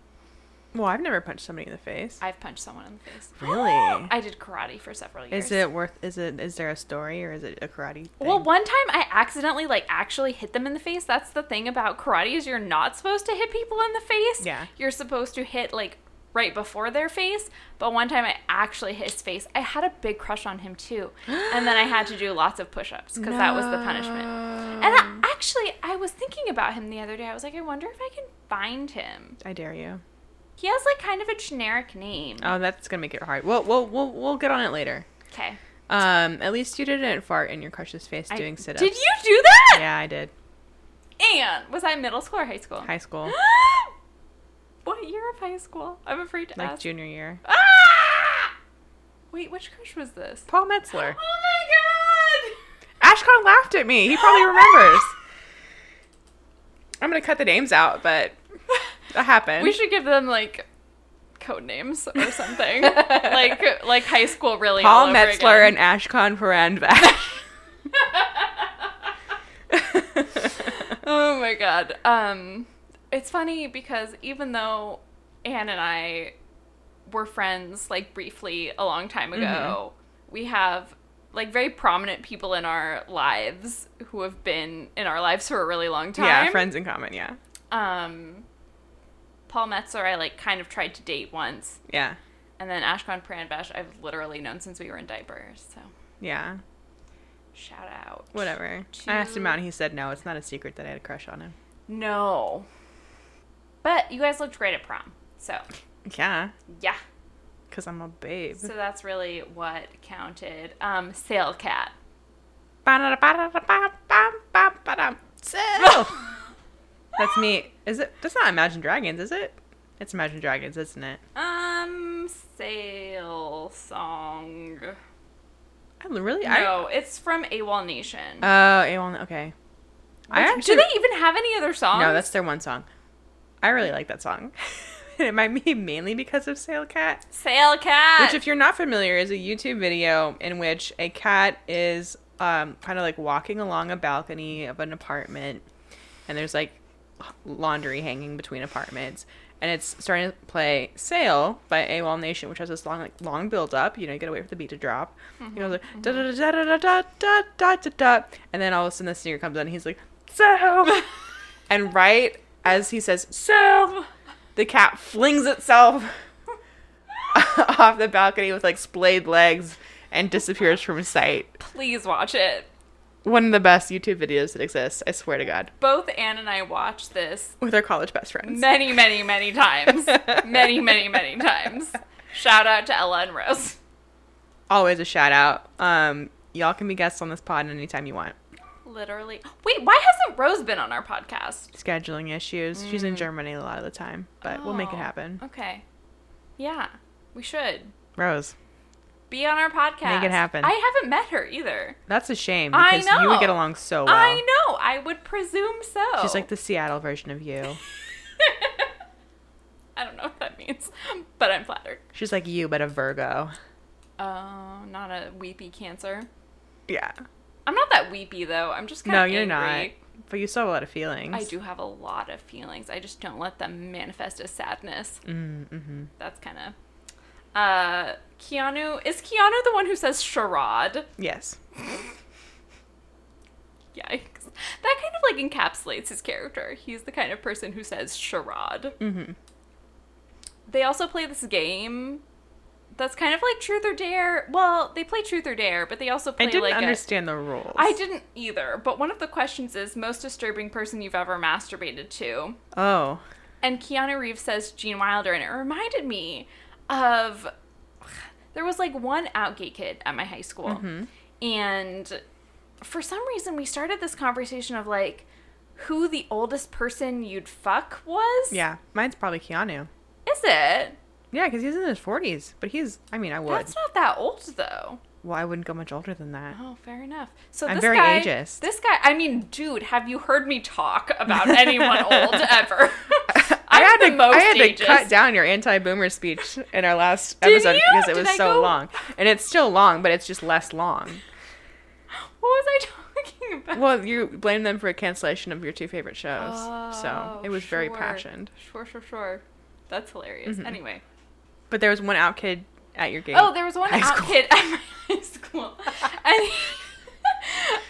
Speaker 1: well, I've never punched somebody in the face.
Speaker 2: I've punched someone in the face.
Speaker 1: Really?
Speaker 2: <gasps> I did karate for several years.
Speaker 1: Is it worth? Is it? Is there a story or is it a karate? Thing?
Speaker 2: Well, one time I accidentally like actually hit them in the face. That's the thing about karate is you're not supposed to hit people in the face.
Speaker 1: Yeah.
Speaker 2: You're supposed to hit like right before their face. But one time I actually hit his face. I had a big crush on him too. And then I had to do lots of push-ups cuz
Speaker 1: <gasps>
Speaker 2: that was the punishment. And I, actually I was thinking about him the other day. I was like I wonder if I can find him.
Speaker 1: I dare you.
Speaker 2: He has like kind of a generic name.
Speaker 1: Oh, that's gonna make it hard. We'll we'll we'll, we'll get on it later.
Speaker 2: Okay.
Speaker 1: Um, at least you didn't fart in your crush's face doing sit-ups.
Speaker 2: Did you do that?
Speaker 1: Yeah, I did.
Speaker 2: And was I middle school or high school?
Speaker 1: High school,
Speaker 2: <gasps> what year of high school? I'm afraid to
Speaker 1: like
Speaker 2: ask.
Speaker 1: junior
Speaker 2: <gasps>
Speaker 1: year.
Speaker 2: Ah! Wait, which crush was this?
Speaker 1: Paul
Speaker 2: <gasps>
Speaker 1: Metzler.
Speaker 2: Oh my
Speaker 1: Ashcon laughed at me. He
Speaker 2: <gasps>
Speaker 1: probably remembers. I'm gonna cut the names out, but that happened.
Speaker 2: god! <laughs> We should give them like code names
Speaker 1: <laughs>
Speaker 2: or something, like like high school really. all
Speaker 1: Paul
Speaker 2: over
Speaker 1: Metzler
Speaker 2: again.
Speaker 1: and Ashcon Paranvash.
Speaker 2: <laughs> oh my god. Um, it's funny because even though Anne and I were friends like briefly a long time ago,
Speaker 1: Mm-hmm.
Speaker 2: we have like very prominent people in our lives who have been in our lives for a really long
Speaker 1: <laughs>
Speaker 2: time.
Speaker 1: yeah, friends in common. Yeah,
Speaker 2: um Paul Metzler I like kind of tried to date once.
Speaker 1: yeah,
Speaker 2: And then Ashkan Pranbash I've literally known since we were in diapers. So
Speaker 1: yeah.
Speaker 2: shout out.
Speaker 1: Whatever. I asked him out, and he said no. It's not a secret that I had a crush on him.
Speaker 2: No. But you guys looked great at prom. So
Speaker 1: Yeah,
Speaker 2: yeah.
Speaker 1: because I'm a babe.
Speaker 2: So that's really what counted. Um Sail Cat.
Speaker 1: That's me. Is it? That's not Imagine Dragons, is it? It's Imagine Dragons, isn't it?
Speaker 2: Um Sail Song.
Speaker 1: I really.
Speaker 2: No, it's from AWOL Nation.
Speaker 1: I, oh, A1. Okay. I
Speaker 2: Which-
Speaker 1: actually.
Speaker 2: Do they even have any other songs?
Speaker 1: no, that's their one song. I really like that song. <laughs> it might be mainly because of Sail Cat,
Speaker 2: Sail Cat.
Speaker 1: which, if you're not familiar, is a YouTube video in which a cat is um, kind of like walking along a balcony of an apartment, and there's like laundry hanging between apartments. And it's starting to play "Sail" by AWOL Nation, which has this long, like, long build up. You know, you gotta wait for the beat to drop. You know, it's like da da da da da da da da da da, and then all of a sudden the singer comes on. and He's like "Sail," and right as he says "Sail," the cat flings itself <laughs> off the balcony with like splayed legs and disappears from sight.
Speaker 2: Please watch it.
Speaker 1: One of the best YouTube videos that exists. I swear to God,
Speaker 2: Both Anne and I watched this
Speaker 1: with our college best friends.
Speaker 2: many, many,
Speaker 1: <laughs>
Speaker 2: many times. many, many, many times. Shout out to Ella and Rose.
Speaker 1: always a shout out. Um, y'all can be guests on this pod anytime you want.
Speaker 2: Literally. Wait, why hasn't Rose been on our podcast?
Speaker 1: Scheduling issues. She's in Germany a lot of the time, but Uh, we'll make it
Speaker 2: Oh,
Speaker 1: happen.
Speaker 2: Okay. Yeah, we should
Speaker 1: Rose,
Speaker 2: be on our podcast.
Speaker 1: Make it happen.
Speaker 2: I haven't met her either.
Speaker 1: that's a shame
Speaker 2: I
Speaker 1: because you would
Speaker 2: know.
Speaker 1: get along so well.
Speaker 2: I know. I would presume so.
Speaker 1: Oh, She's like the Seattle version of you.
Speaker 2: <laughs> I don't know what that means, but I'm flattered.
Speaker 1: She's like you, but a Virgo.
Speaker 2: Oh, not a weepy cancer.
Speaker 1: Yeah.
Speaker 2: I'm not that weepy though. I'm just kind
Speaker 1: No,
Speaker 2: of
Speaker 1: you're not.
Speaker 2: angry.
Speaker 1: But you still have a lot of feelings.
Speaker 2: I do have a lot of feelings. I just don't let them manifest as sadness.
Speaker 1: Mm-hmm.
Speaker 2: That's kind of. Uh, Keanu is Keanu the one who says charade?
Speaker 1: Yes.
Speaker 2: Yikes! That kind of like encapsulates his character. He's the kind of person who says charade.
Speaker 1: Mm-hmm.
Speaker 2: They also play this game That's kind of like Truth or Dare. Well, they play Truth or Dare, but they also
Speaker 1: I
Speaker 2: play
Speaker 1: didn't
Speaker 2: like a-
Speaker 1: understand the rules.
Speaker 2: I didn't either. But one of the questions is most disturbing person you've ever masturbated to.
Speaker 1: Oh.
Speaker 2: And Keanu Reeves says Gene Wilder, and it reminded me of <sighs> there was like one out gay kid at my high school,
Speaker 1: Mm-hmm.
Speaker 2: and for some reason we started this conversation of like who the oldest person you'd fuck was.
Speaker 1: Yeah. Mine's probably Keanu.
Speaker 2: is it?
Speaker 1: Yeah, because he's in his 40s. But he's, I mean, I would.
Speaker 2: That's not that old though.
Speaker 1: Well, I wouldn't go much older than that.
Speaker 2: <laughs> Oh, fair enough. So
Speaker 1: I'm
Speaker 2: this
Speaker 1: very
Speaker 2: guy,
Speaker 1: ageist.
Speaker 2: This guy, I mean, dude, have you heard me talk about anyone
Speaker 1: <laughs>
Speaker 2: old ever? <laughs> I'm
Speaker 1: had
Speaker 2: the
Speaker 1: to,
Speaker 2: most
Speaker 1: I had to
Speaker 2: ageist.
Speaker 1: cut down your anti-boomer speech in our last
Speaker 2: Did
Speaker 1: episode
Speaker 2: you?
Speaker 1: because it
Speaker 2: Did
Speaker 1: was
Speaker 2: I
Speaker 1: so
Speaker 2: go-
Speaker 1: long, and it's still long, but it's just less long.
Speaker 2: What was I talking about?
Speaker 1: Well, you blame them for a cancellation of your two favorite shows, so
Speaker 2: Oh,
Speaker 1: it was very
Speaker 2: sure.
Speaker 1: passioned. Mm-hmm.
Speaker 2: Sure, sure, sure. That's hilarious. Anyway.
Speaker 1: But there was one out kid at your gate.
Speaker 2: Oh, there was one
Speaker 1: High
Speaker 2: out
Speaker 1: school.
Speaker 2: kid at my <laughs> high
Speaker 1: <laughs>
Speaker 2: school. And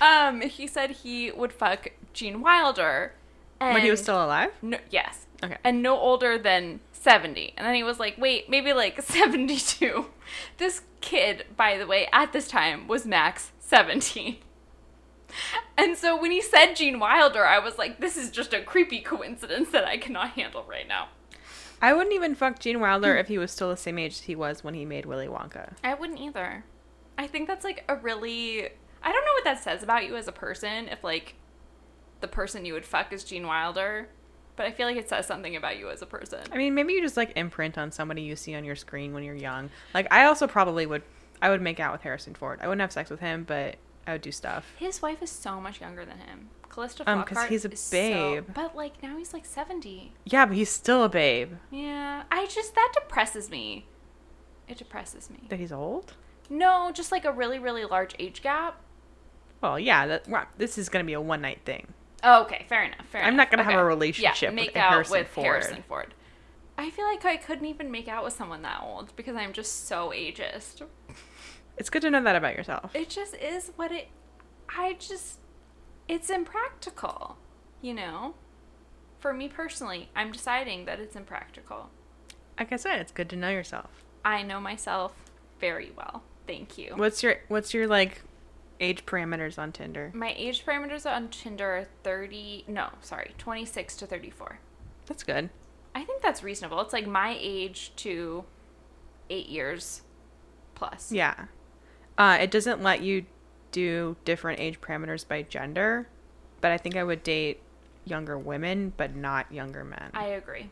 Speaker 2: um, he <laughs> said he would fuck Gene Wilder. And
Speaker 1: when he was still alive.
Speaker 2: No, yes.
Speaker 1: Okay.
Speaker 2: And no older than 70. And then he was like, wait, maybe like <laughs> 72. This kid, by the way, at this time was max 17. And so when he said Gene Wilder, I was like, this is just a creepy coincidence that I cannot handle right now.
Speaker 1: I wouldn't even fuck Gene Wilder if he was still the same age as he was when he made Willy Wonka.
Speaker 2: I wouldn't either. I think that's like a really. I don't know what that says about you as a person if like the person you would fuck is Gene Wilder, but I feel like it says something about you as a person.
Speaker 1: I mean, maybe you just like imprint on somebody you see on your screen when you're young. Like I also probably would. I would make out with Harrison Ford. I wouldn't have sex with him, but I would do stuff.
Speaker 2: His wife is so much younger than him. Callista
Speaker 1: Um,
Speaker 2: Flockhart
Speaker 1: 'cause he's a
Speaker 2: is
Speaker 1: babe.
Speaker 2: So, but like now he's like 70.
Speaker 1: Yeah, but he's still a babe.
Speaker 2: Yeah, I just that depresses me. It depresses me.
Speaker 1: That he's old?
Speaker 2: No, just like a really really large age gap.
Speaker 1: Well, yeah. That well, this is gonna be a one night thing.
Speaker 2: Oh, okay, fair enough. Fair
Speaker 1: I'm
Speaker 2: enough.
Speaker 1: not gonna have
Speaker 2: Okay.
Speaker 1: a relationship
Speaker 2: yeah,
Speaker 1: with
Speaker 2: make out
Speaker 1: Harrison
Speaker 2: with
Speaker 1: Ford.
Speaker 2: Harrison Ford. I feel like I couldn't even make out with someone that old because I'm just so ageist.
Speaker 1: It's good to know that about yourself.
Speaker 2: It just is what it. I just, it's impractical, you know. For me personally, I'm deciding that it's impractical.
Speaker 1: Like I said, it's good to know yourself.
Speaker 2: I know myself very well. Thank you.
Speaker 1: What's your What's your like age parameters on Tinder?
Speaker 2: My age parameters on Tinder are 30, no, sorry, 26 to 34.
Speaker 1: That's good.
Speaker 2: I think that's reasonable. It's like my age to eight years plus.
Speaker 1: Yeah. Uh, it doesn't let you do different age parameters by gender, but I think I would date younger women, but not younger men.
Speaker 2: I agree.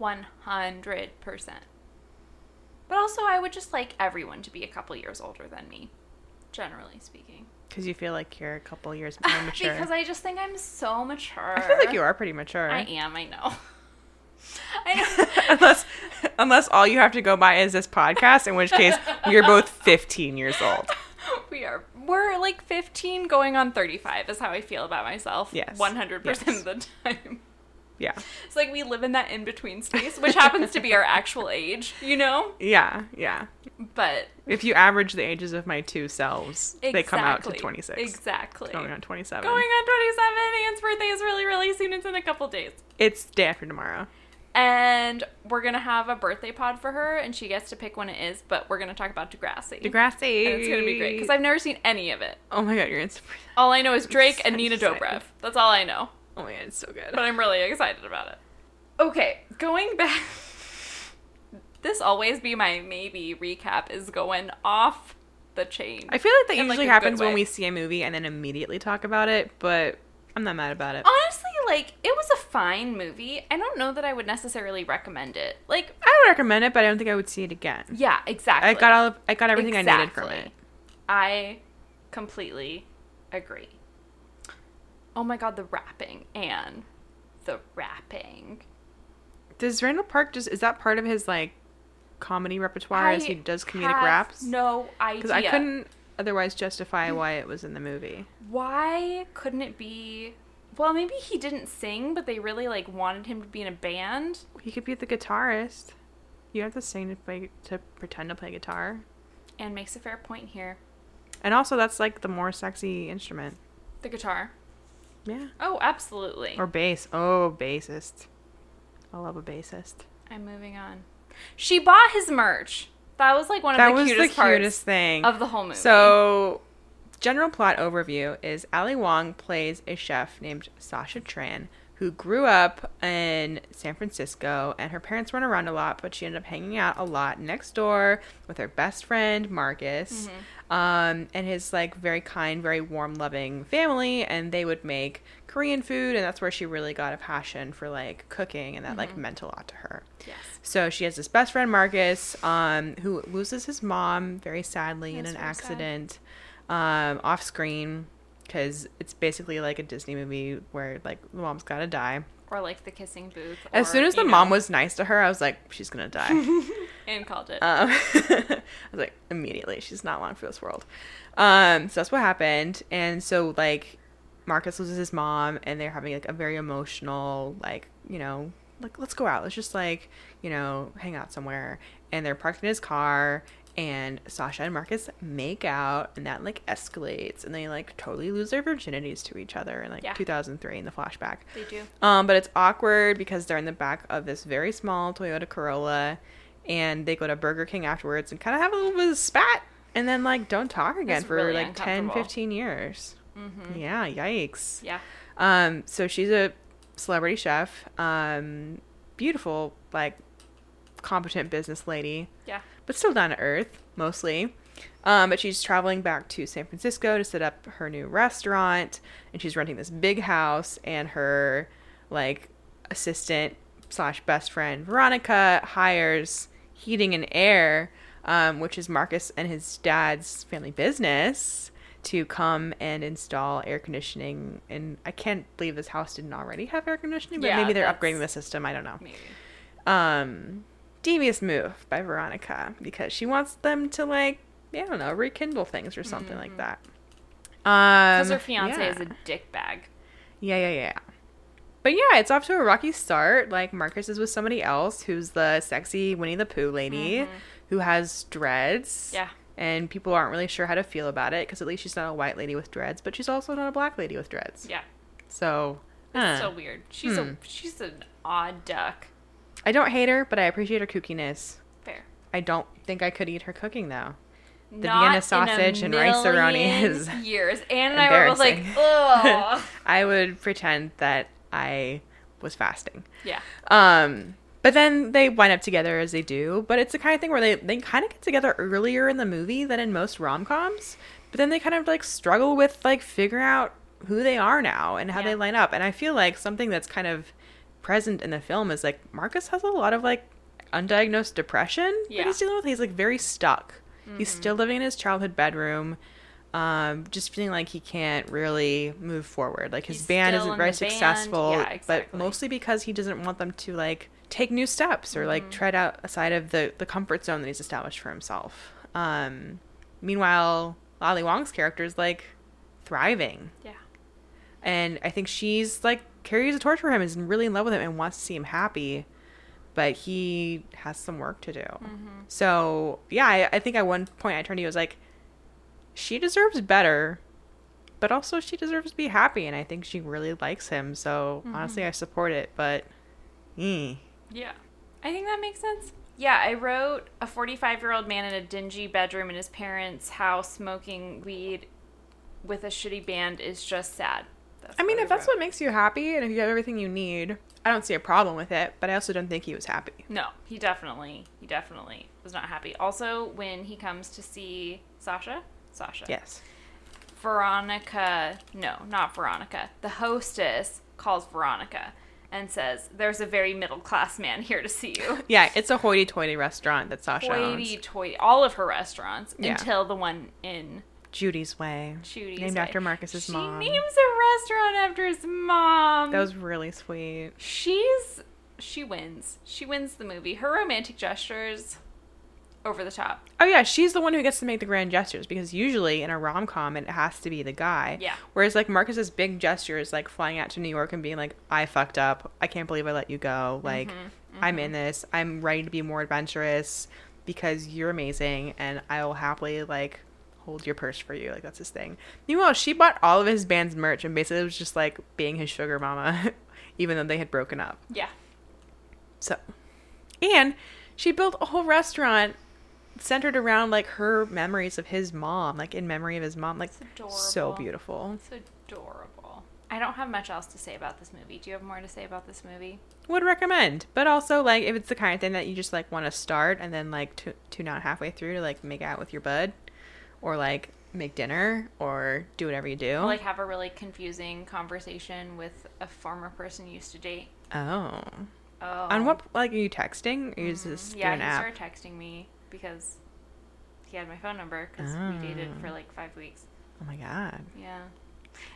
Speaker 2: 100%. But also, I would just like everyone to be a couple years older than me, generally speaking.
Speaker 1: Because you feel like you're a couple
Speaker 2: <laughs>
Speaker 1: years more mature.
Speaker 2: because I just think I'm so mature.
Speaker 1: I feel like you are pretty mature. <laughs>
Speaker 2: I am, I know. <laughs> I know.
Speaker 1: unless unless all you have to go by is this podcast, in which case you're
Speaker 2: <laughs>
Speaker 1: both 15 years old.
Speaker 2: we are. We're like 15 going on 35 is how I feel about myself.
Speaker 1: Yes.
Speaker 2: 100% of the time.
Speaker 1: Yeah,
Speaker 2: It's like we live in that in between space, which happens to be our actual age, you know?
Speaker 1: yeah, yeah.
Speaker 2: But
Speaker 1: If you average the ages of my two selves,
Speaker 2: exactly.
Speaker 1: they come out to 26,
Speaker 2: Exactly.
Speaker 1: going on 27.
Speaker 2: Going on 27. Anne's birthday is really, really soon. It's in a couple days.
Speaker 1: It's day after tomorrow.
Speaker 2: And we're going to have a birthday pod for her, and she gets to pick when it is, but we're going to talk about Degrassi.
Speaker 1: Degrassi.
Speaker 2: And it's going to be great because I've never seen any of it.
Speaker 1: oh my god, you're
Speaker 2: <laughs>
Speaker 1: insane.
Speaker 2: All I know is Drake and
Speaker 1: so
Speaker 2: Nina
Speaker 1: excited.
Speaker 2: Dobrev. That's all I know.
Speaker 1: Oh my god, it's so good.
Speaker 2: But I'm really excited about it. Okay, going <laughs> back. This always be my maybe recap is going off the chain.
Speaker 1: I feel like that
Speaker 2: In, like,
Speaker 1: usually
Speaker 2: a good
Speaker 1: happens when
Speaker 2: way.
Speaker 1: we see a movie and then immediately talk about it, but I'm not mad about it.
Speaker 2: honestly like it was a fine movie i don't know that i would necessarily recommend it like
Speaker 1: I would recommend it, but I don't think I would see it again.
Speaker 2: yeah exactly
Speaker 1: I got all of, I got everything I needed from it.
Speaker 2: Exactly. i completely agree oh my god the rapping and the rapping
Speaker 1: Does Randall Park just is that part of his like comedy repertoire as
Speaker 2: I
Speaker 1: he does comedic
Speaker 2: have
Speaker 1: raps?
Speaker 2: no
Speaker 1: Because
Speaker 2: idea
Speaker 1: I couldn't otherwise justify why it was in the movie.
Speaker 2: why couldn't it be well maybe he didn't sing but they really like wanted him to be in a band
Speaker 1: He could be the guitarist. You have to sing to play to pretend to play guitar,
Speaker 2: and makes a fair point here
Speaker 1: and also that's like the more sexy instrument.
Speaker 2: the guitar
Speaker 1: Yeah.
Speaker 2: oh absolutely
Speaker 1: Or bass. Oh, bassist. I love a bassist.
Speaker 2: I'm moving on. She bought his merch. That was like one of
Speaker 1: that
Speaker 2: the
Speaker 1: was
Speaker 2: cutest
Speaker 1: the
Speaker 2: parts
Speaker 1: cutest thing
Speaker 2: of the whole movie.
Speaker 1: So, general plot overview is Ali Wong plays a chef named Sasha Tran who grew up in San Francisco and her parents weren't around a lot, but she ended up hanging out a lot next door with her best friend Marcus
Speaker 2: Mm-hmm.
Speaker 1: um, and his like very kind, very warm, loving family. And they would make Korean food, and that's where she really got a passion for like cooking, and that
Speaker 2: Mm-hmm.
Speaker 1: like meant a lot to her.
Speaker 2: yes.
Speaker 1: So she has this best friend Marcus, um, who loses his mom very sadly in an
Speaker 2: That's very sad.
Speaker 1: accident, um, off screen, because it's basically like a Disney movie where like the mom's gotta die.
Speaker 2: Or like the kissing booth.
Speaker 1: As
Speaker 2: or,
Speaker 1: soon as the
Speaker 2: you
Speaker 1: mom
Speaker 2: know,
Speaker 1: was nice to her, I was like, she's gonna
Speaker 2: <laughs>
Speaker 1: die.
Speaker 2: and called it.
Speaker 1: Um, <laughs> I was like, immediately, she's not long for this world. Um, so that's what happened. And so, like, Marcus loses his mom, and they're having, like, a very emotional, like, you know, like, let's go out. Let's just, like, you know, hang out somewhere. And they're parked in his car, and Sasha and Marcus make out, and that, like, escalates, and they, like, totally lose their virginities to each other in, like,
Speaker 2: Yeah.
Speaker 1: 2003 in the flashback.
Speaker 2: they do.
Speaker 1: Um, but it's awkward because they're in the back of this very small Toyota Corolla, and they go to Burger King afterwards and kind of have a little bit of a spat, and then like don't talk again
Speaker 2: It's
Speaker 1: for
Speaker 2: really
Speaker 1: like 10,
Speaker 2: uncomfortable. Mm.
Speaker 1: 15 years. Yeah, yikes.
Speaker 2: Mm-hmm. Yeah.
Speaker 1: Um, so she's a celebrity chef, um, beautiful, like competent business lady
Speaker 2: Yeah.
Speaker 1: but still down to earth mostly. Um, but she's traveling back to San Francisco to set up her new restaurant, and she's renting this big house. And her like assistant slash best friend Veronica hires heating and air, um, which is Marcus and his dad's family business, to come and install air conditioning. And I can't believe this house didn't already have air conditioning, but
Speaker 2: Yeah,
Speaker 1: maybe they're
Speaker 2: that's-
Speaker 1: upgrading the system. I don't know
Speaker 2: Maybe.
Speaker 1: um devious move by Veronica because she wants them to like I don't know rekindle things or something like that. Um,
Speaker 2: Because Mm-hmm. her fiance
Speaker 1: yeah.
Speaker 2: is a dick bag.
Speaker 1: yeah yeah yeah. But yeah, it's off to a rocky start. Like Marcus is with somebody else who's the sexy Winnie the Pooh lady who has dreads.
Speaker 2: Mm-hmm. Yeah.
Speaker 1: And people aren't really sure how to feel about it because at least she's not a white lady with dreads, but she's also not a black lady with dreads.
Speaker 2: Yeah.
Speaker 1: So
Speaker 2: It's
Speaker 1: uh,
Speaker 2: so weird. She's a she's an odd duck.
Speaker 1: I don't hate her, but I appreciate her kookiness.
Speaker 2: Fair.
Speaker 1: I don't think I could eat her cooking though.
Speaker 2: The
Speaker 1: Vienna sausage and rice aroni is
Speaker 2: <laughs> years. Anne and I were both like,
Speaker 1: embarrassing.
Speaker 2: ugh.
Speaker 1: <laughs> I would pretend that I was fasting.
Speaker 2: yeah.
Speaker 1: Um, but then they wind up together as they do. But it's the kind of thing where they, they kind of get together earlier in the movie than in most rom coms. But then they kind of like struggle with like figuring out who they are now and how
Speaker 2: Yeah.
Speaker 1: they line up. And I feel like something that's kind of present in the film is like Marcus has a lot of like undiagnosed depression
Speaker 2: Yeah. Mm-hmm.
Speaker 1: that he's dealing with. He's like very stuck. He's still living in his childhood bedroom. Um, just feeling like he can't really move forward. Like his
Speaker 2: He's
Speaker 1: band
Speaker 2: still
Speaker 1: isn't
Speaker 2: in
Speaker 1: very
Speaker 2: the band.
Speaker 1: successful,
Speaker 2: Yeah,
Speaker 1: but
Speaker 2: exactly.
Speaker 1: mostly because he doesn't want them to like take new steps or
Speaker 2: Mm-hmm.
Speaker 1: like tread outside of the the comfort zone that he's established for himself. Um, meanwhile, Lolly Wong's character is like thriving,
Speaker 2: Yeah.
Speaker 1: and I think she's like carries a torch for him, is really in love with him, and wants to see him happy, but he has some work to do. Mm-hmm. So yeah, I, I think at one point I turned to you I was like, she deserves better, but also she deserves to be happy, and I think she really likes him. So honestly, I support it, but eh.
Speaker 2: Yeah. I think that makes sense. Yeah, I wrote a 45 year old man in a dingy bedroom in his parents' house smoking weed with a shitty band is just sad. That's
Speaker 1: I mean, if that's
Speaker 2: wrote.
Speaker 1: what makes you happy, and if you have everything you need, I don't see a problem with it. But I also don't think he was happy.
Speaker 2: No, he definitely, he definitely was not happy. Also, when he comes to see Sasha, Sasha.
Speaker 1: Yes.
Speaker 2: Veronica, no, not Veronica. The hostess calls Veronica and says, There's a very middle class man here to see you.
Speaker 1: <laughs> Yeah, it's a hoity-toity restaurant that Sasha
Speaker 2: Hoity
Speaker 1: owns.
Speaker 2: toity, all of her restaurants
Speaker 1: Yeah.
Speaker 2: until the one in
Speaker 1: Judy's Way.
Speaker 2: Judy's.
Speaker 1: Named
Speaker 2: Way.
Speaker 1: after Marcus's
Speaker 2: she
Speaker 1: mom.
Speaker 2: names a restaurant after his mom.
Speaker 1: That was really sweet.
Speaker 2: She's. She wins. She wins the movie. Her romantic gestures over the top.
Speaker 1: Oh yeah, she's the one who gets to make the grand gestures because usually in a rom com it has to be the guy.
Speaker 2: Yeah.
Speaker 1: Whereas like Marcus's big gesture is like flying out to New York and being like, I fucked up. I can't believe I let you go.
Speaker 2: Mm-hmm,
Speaker 1: Like I'm in this. I'm ready to be more adventurous because you're amazing and I will happily like hold your purse for you. Like that's his thing. Meanwhile, she bought all of his band's merch and basically was just like being his sugar mama, <laughs> even though they had broken up.
Speaker 2: Yeah.
Speaker 1: So, and she built a whole restaurant centered around like her memories of his mom, like in memory of his mom, like
Speaker 2: It's adorable.
Speaker 1: so beautiful.
Speaker 2: It's adorable. I don't have much else to say about this movie. Do you have more to say about this movie?
Speaker 1: Would recommend, but also like if it's the kind of thing that you just like want to start and then like to tune out halfway through to like make out with your bud, or like make dinner or do whatever you do.
Speaker 2: Like have a really confusing conversation with a former person you used to date.
Speaker 1: oh,
Speaker 2: Oh.
Speaker 1: on what like are you texting? Or you
Speaker 2: Mhm.
Speaker 1: just
Speaker 2: Yeah,
Speaker 1: an
Speaker 2: he
Speaker 1: app?
Speaker 2: started texting me because he had my phone number because we dated
Speaker 1: Oh.
Speaker 2: for like five weeks.
Speaker 1: Oh my god.
Speaker 2: Yeah.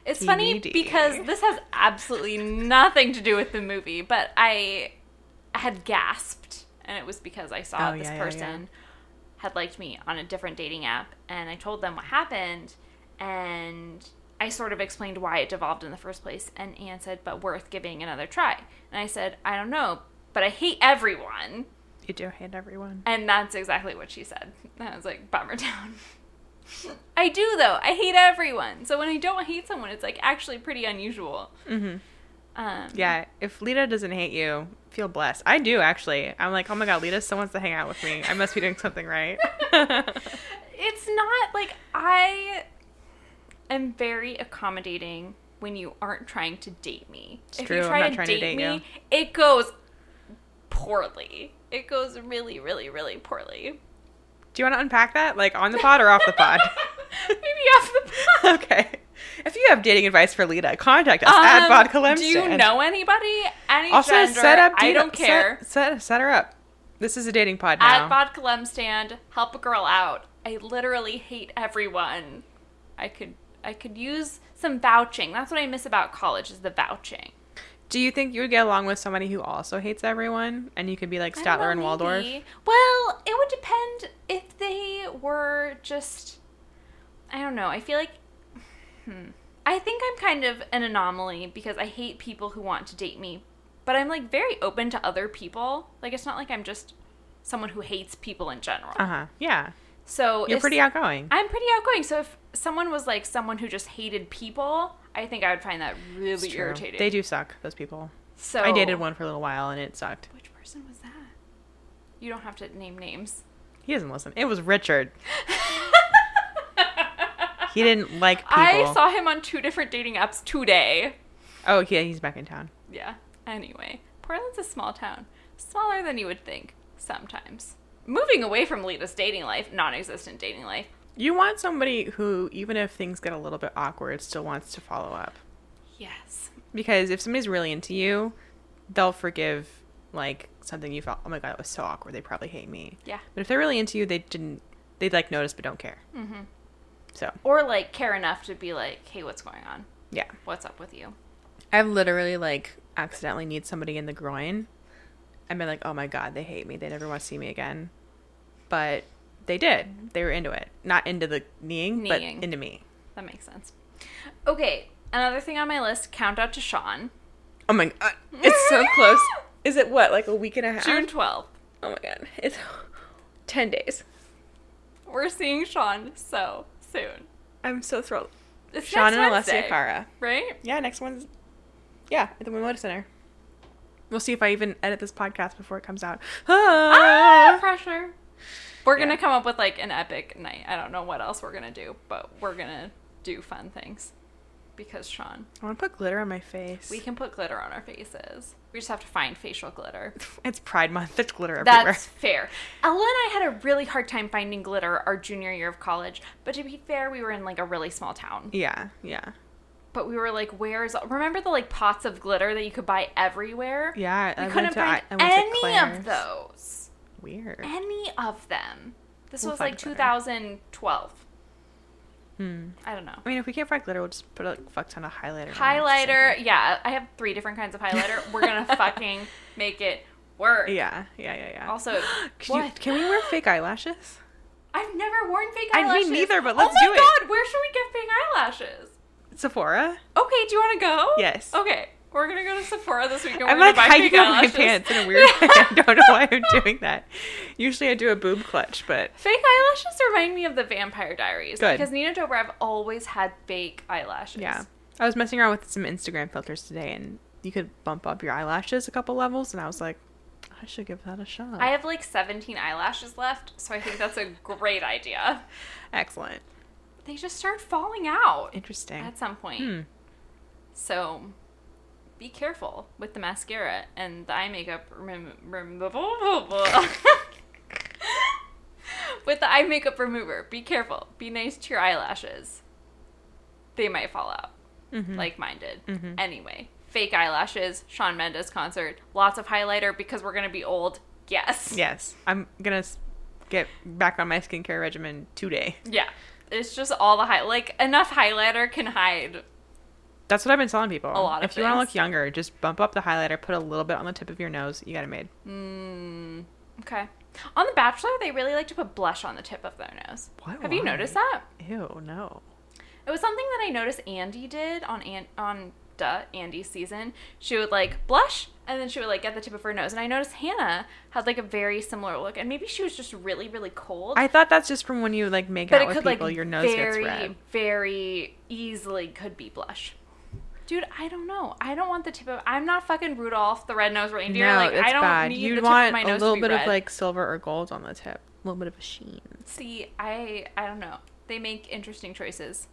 Speaker 2: It's funny
Speaker 1: TBD.
Speaker 2: because this has absolutely nothing to do with the movie, but I had gasped, and it was because I saw
Speaker 1: Oh,
Speaker 2: this
Speaker 1: yeah, yeah, yeah.
Speaker 2: person had liked me on a different dating app, and I told them what happened, and I sort of explained why it devolved in the first place, and Anne said, but worth giving another try. And I said, I don't know, but I hate everyone.
Speaker 1: You do hate everyone.
Speaker 2: And that's exactly what she said. And I was like, bummer down. <laughs> I do though. I hate everyone. So when I don't hate someone, it's like actually pretty unusual.
Speaker 1: Mm-hmm.
Speaker 2: Um,
Speaker 1: Yeah, if Lita doesn't hate you, feel blessed. I do actually. I'm like, oh my god, Lita still wants to hang out with me. I must be doing something right.
Speaker 2: <laughs> It's not like I am very accommodating when you aren't trying to date me.
Speaker 1: It's true, I'm not trying to date you.
Speaker 2: it goes poorly. It goes really, really, really poorly.
Speaker 1: do you want to unpack that, like on the pod or off
Speaker 2: <laughs>
Speaker 1: the pod?
Speaker 2: Maybe off the <laughs> pod.
Speaker 1: okay. If you have dating advice for Lita, contact us at
Speaker 2: Um,
Speaker 1: Vodka Lemon.
Speaker 2: Do you know anybody? Any
Speaker 1: Also,
Speaker 2: gender?
Speaker 1: set up.
Speaker 2: I
Speaker 1: date-
Speaker 2: don't
Speaker 1: set-
Speaker 2: care.
Speaker 1: Set, set, her up. This is a dating pod
Speaker 2: At
Speaker 1: now.
Speaker 2: vodka lem stand, help a girl out. I literally hate everyone. I could I could use some vouching. That's what I miss about college is the vouching.
Speaker 1: do you think you would get along with somebody who also hates everyone, and you could be like
Speaker 2: I don't
Speaker 1: Statler and
Speaker 2: know,
Speaker 1: Waldorf?
Speaker 2: maybe. Well, it would depend if they were just. I don't know. I feel like. Hmm. I think I'm kind of an anomaly because I hate people who want to date me, but I'm like very open to other people. Like it's not like I'm just someone who hates people in general.
Speaker 1: Uh huh. Yeah.
Speaker 2: So
Speaker 1: You're
Speaker 2: if-
Speaker 1: pretty outgoing.
Speaker 2: I'm pretty outgoing. So if someone was like someone who just hated people, I think I would find that
Speaker 1: It's
Speaker 2: really
Speaker 1: true.
Speaker 2: irritating.
Speaker 1: They do suck. Those people.
Speaker 2: So
Speaker 1: I dated one for a little while, and it sucked.
Speaker 2: Which person was that? You don't have to name names.
Speaker 1: He doesn't listen. It was Richard. He <laughs> didn't like people.
Speaker 2: I saw him on two different dating apps today.
Speaker 1: Oh, yeah, he's back in town.
Speaker 2: Yeah. Anyway, Portland's a small town, smaller than you would think sometimes. Moving away from Lita's dating life, non-existent dating life.
Speaker 1: You want somebody who, even if things get a little bit awkward, still wants to follow up.
Speaker 2: Yes.
Speaker 1: Because if somebody's really into you, they'll forgive like something you felt. Oh my god, it was so awkward. They probably hate me.
Speaker 2: Yeah.
Speaker 1: But if they're really into you, they didn't. They'd like notice but don't care. Mm-hmm. So
Speaker 2: Or like care enough to be like, "Hey, what's going on?
Speaker 1: yeah,
Speaker 2: What's up with you?"
Speaker 1: I've literally like accidentally need somebody in the groin. and been like, oh my god, they hate me. They never want to see me again. But they did. They were into it. Not into the kneeing, but
Speaker 2: Kneeing.
Speaker 1: into me.
Speaker 2: That makes sense. Okay, another thing on my list: count out to Sean,
Speaker 1: Oh my god, it's so
Speaker 2: <laughs>
Speaker 1: close. Is it what like a week and a half?
Speaker 2: June twelfth.
Speaker 1: Oh my god, it's <laughs> ten days.
Speaker 2: We're seeing Sean so soon.
Speaker 1: I'm so thrilled.
Speaker 2: It's
Speaker 1: Sean
Speaker 2: next
Speaker 1: and
Speaker 2: Wednesday,
Speaker 1: Alessia Cara.
Speaker 2: right?
Speaker 1: Yeah, next one's yeah at the Wimoda Center. We'll see if I even edit this podcast before it comes out. <gasps>
Speaker 2: Ah,
Speaker 1: Ah!
Speaker 2: pressure. We're
Speaker 1: Yeah.
Speaker 2: gonna come up with like an epic night. I don't know what else we're gonna do, but we're gonna do fun things because Sean.
Speaker 1: I want to put glitter on my face.
Speaker 2: We can put glitter on our faces. We just have to find facial glitter.
Speaker 1: It's Pride Month. There's glitter everywhere. <laughs>
Speaker 2: That's fair. Ella and I had a really hard time finding glitter our junior year of college, but to be fair, we were in like a really small town.
Speaker 1: Yeah, yeah,
Speaker 2: But we were like, where's remember the like pots of glitter that you could buy everywhere?
Speaker 1: yeah. I
Speaker 2: We couldn't
Speaker 1: went to,
Speaker 2: find
Speaker 1: I, I went to
Speaker 2: any
Speaker 1: Claire's.
Speaker 2: of those.
Speaker 1: Weird.
Speaker 2: Any of them. This
Speaker 1: We'll
Speaker 2: was like
Speaker 1: find glitter.
Speaker 2: 2012.
Speaker 1: Hmm.
Speaker 2: I don't know.
Speaker 1: I mean, if we can't find glitter, we'll just put a like, fuck ton of highlighter. on it.
Speaker 2: Highlighter, yeah, I have three different kinds of
Speaker 1: <laughs>
Speaker 2: highlighter. We're gonna fucking make it work.
Speaker 1: Yeah, yeah, yeah, yeah.
Speaker 2: Also,
Speaker 1: <gasps> Could you-
Speaker 2: what?
Speaker 1: can we wear fake eyelashes?
Speaker 2: <gasps> I've never worn fake
Speaker 1: I- me
Speaker 2: eyelashes.
Speaker 1: neither, but
Speaker 2: oh
Speaker 1: let's
Speaker 2: my
Speaker 1: do it.
Speaker 2: god, where should we get fake eyelashes?
Speaker 1: Sephora.
Speaker 2: Okay, do you want to go?
Speaker 1: Yes.
Speaker 2: Okay, we're gonna go to Sephora this week. And
Speaker 1: I'm
Speaker 2: we're
Speaker 1: like
Speaker 2: gonna buy fake
Speaker 1: hiding out <laughs> my
Speaker 2: eyelashes.
Speaker 1: pants in a
Speaker 2: <laughs>
Speaker 1: weird way. I don't know why I'm doing that. Usually I do a boob clutch, but
Speaker 2: Fake eyelashes remind me of the Vampire Diaries.
Speaker 1: Good.
Speaker 2: Because Nina Dobrev always had fake eyelashes.
Speaker 1: yeah. I was messing around with some Instagram filters today and you could bump up your eyelashes a couple levels and I was like, I should give that a shot.
Speaker 2: I have like 17 eyelashes left, so I think that's a great idea.
Speaker 1: Excellent.
Speaker 2: They just start falling out
Speaker 1: Interesting.
Speaker 2: at some point.
Speaker 1: Hmm.
Speaker 2: So be careful with the mascara and the eye makeup. Rem- rem- <laughs> with the eye makeup remover, be careful. Be nice to your eyelashes. They might fall out,
Speaker 1: Hmm.
Speaker 2: like mine did. Anyway, fake eyelashes, Sean Mendes concert, lots of highlighter because we're gonna be old. Yes.
Speaker 1: Yes, I'm gonna s- get back on my skincare regimen today.
Speaker 2: Yeah. It's just all the high. Like enough highlighter can hide.
Speaker 1: That's what I've been telling people.
Speaker 2: A lot of
Speaker 1: If you want to
Speaker 2: things.
Speaker 1: look younger, just bump up the highlighter, put a little bit on the tip of your nose. You got it made.
Speaker 2: Mm, okay. On The Bachelor, they really like to put blush on the tip of their nose.
Speaker 1: Why-
Speaker 2: Have you
Speaker 1: why?
Speaker 2: noticed that?
Speaker 1: Ew, no.
Speaker 2: It was something that I noticed Andy did on An- on Duh Andy's season. She would like blush, and then she would like get the tip of her nose. And I noticed Hannah had like a very similar look, and maybe she was just really really cold.
Speaker 1: I thought that's just from when you like make
Speaker 2: but
Speaker 1: out
Speaker 2: it
Speaker 1: with
Speaker 2: could
Speaker 1: people,
Speaker 2: like
Speaker 1: your nose
Speaker 2: very
Speaker 1: gets red.
Speaker 2: very easily could be blush. Dude, I don't know. I don't want the tip of. I'm not fucking Rudolph the red-nosed reindeer.
Speaker 1: no,
Speaker 2: like
Speaker 1: it's
Speaker 2: I don't
Speaker 1: bad.
Speaker 2: need the
Speaker 1: You'd
Speaker 2: tip of
Speaker 1: want
Speaker 2: my
Speaker 1: a
Speaker 2: nose to
Speaker 1: little
Speaker 2: be
Speaker 1: bit
Speaker 2: red.
Speaker 1: of like silver or gold on the tip, a little bit of a sheen.
Speaker 2: See, I I don't know. They make interesting choices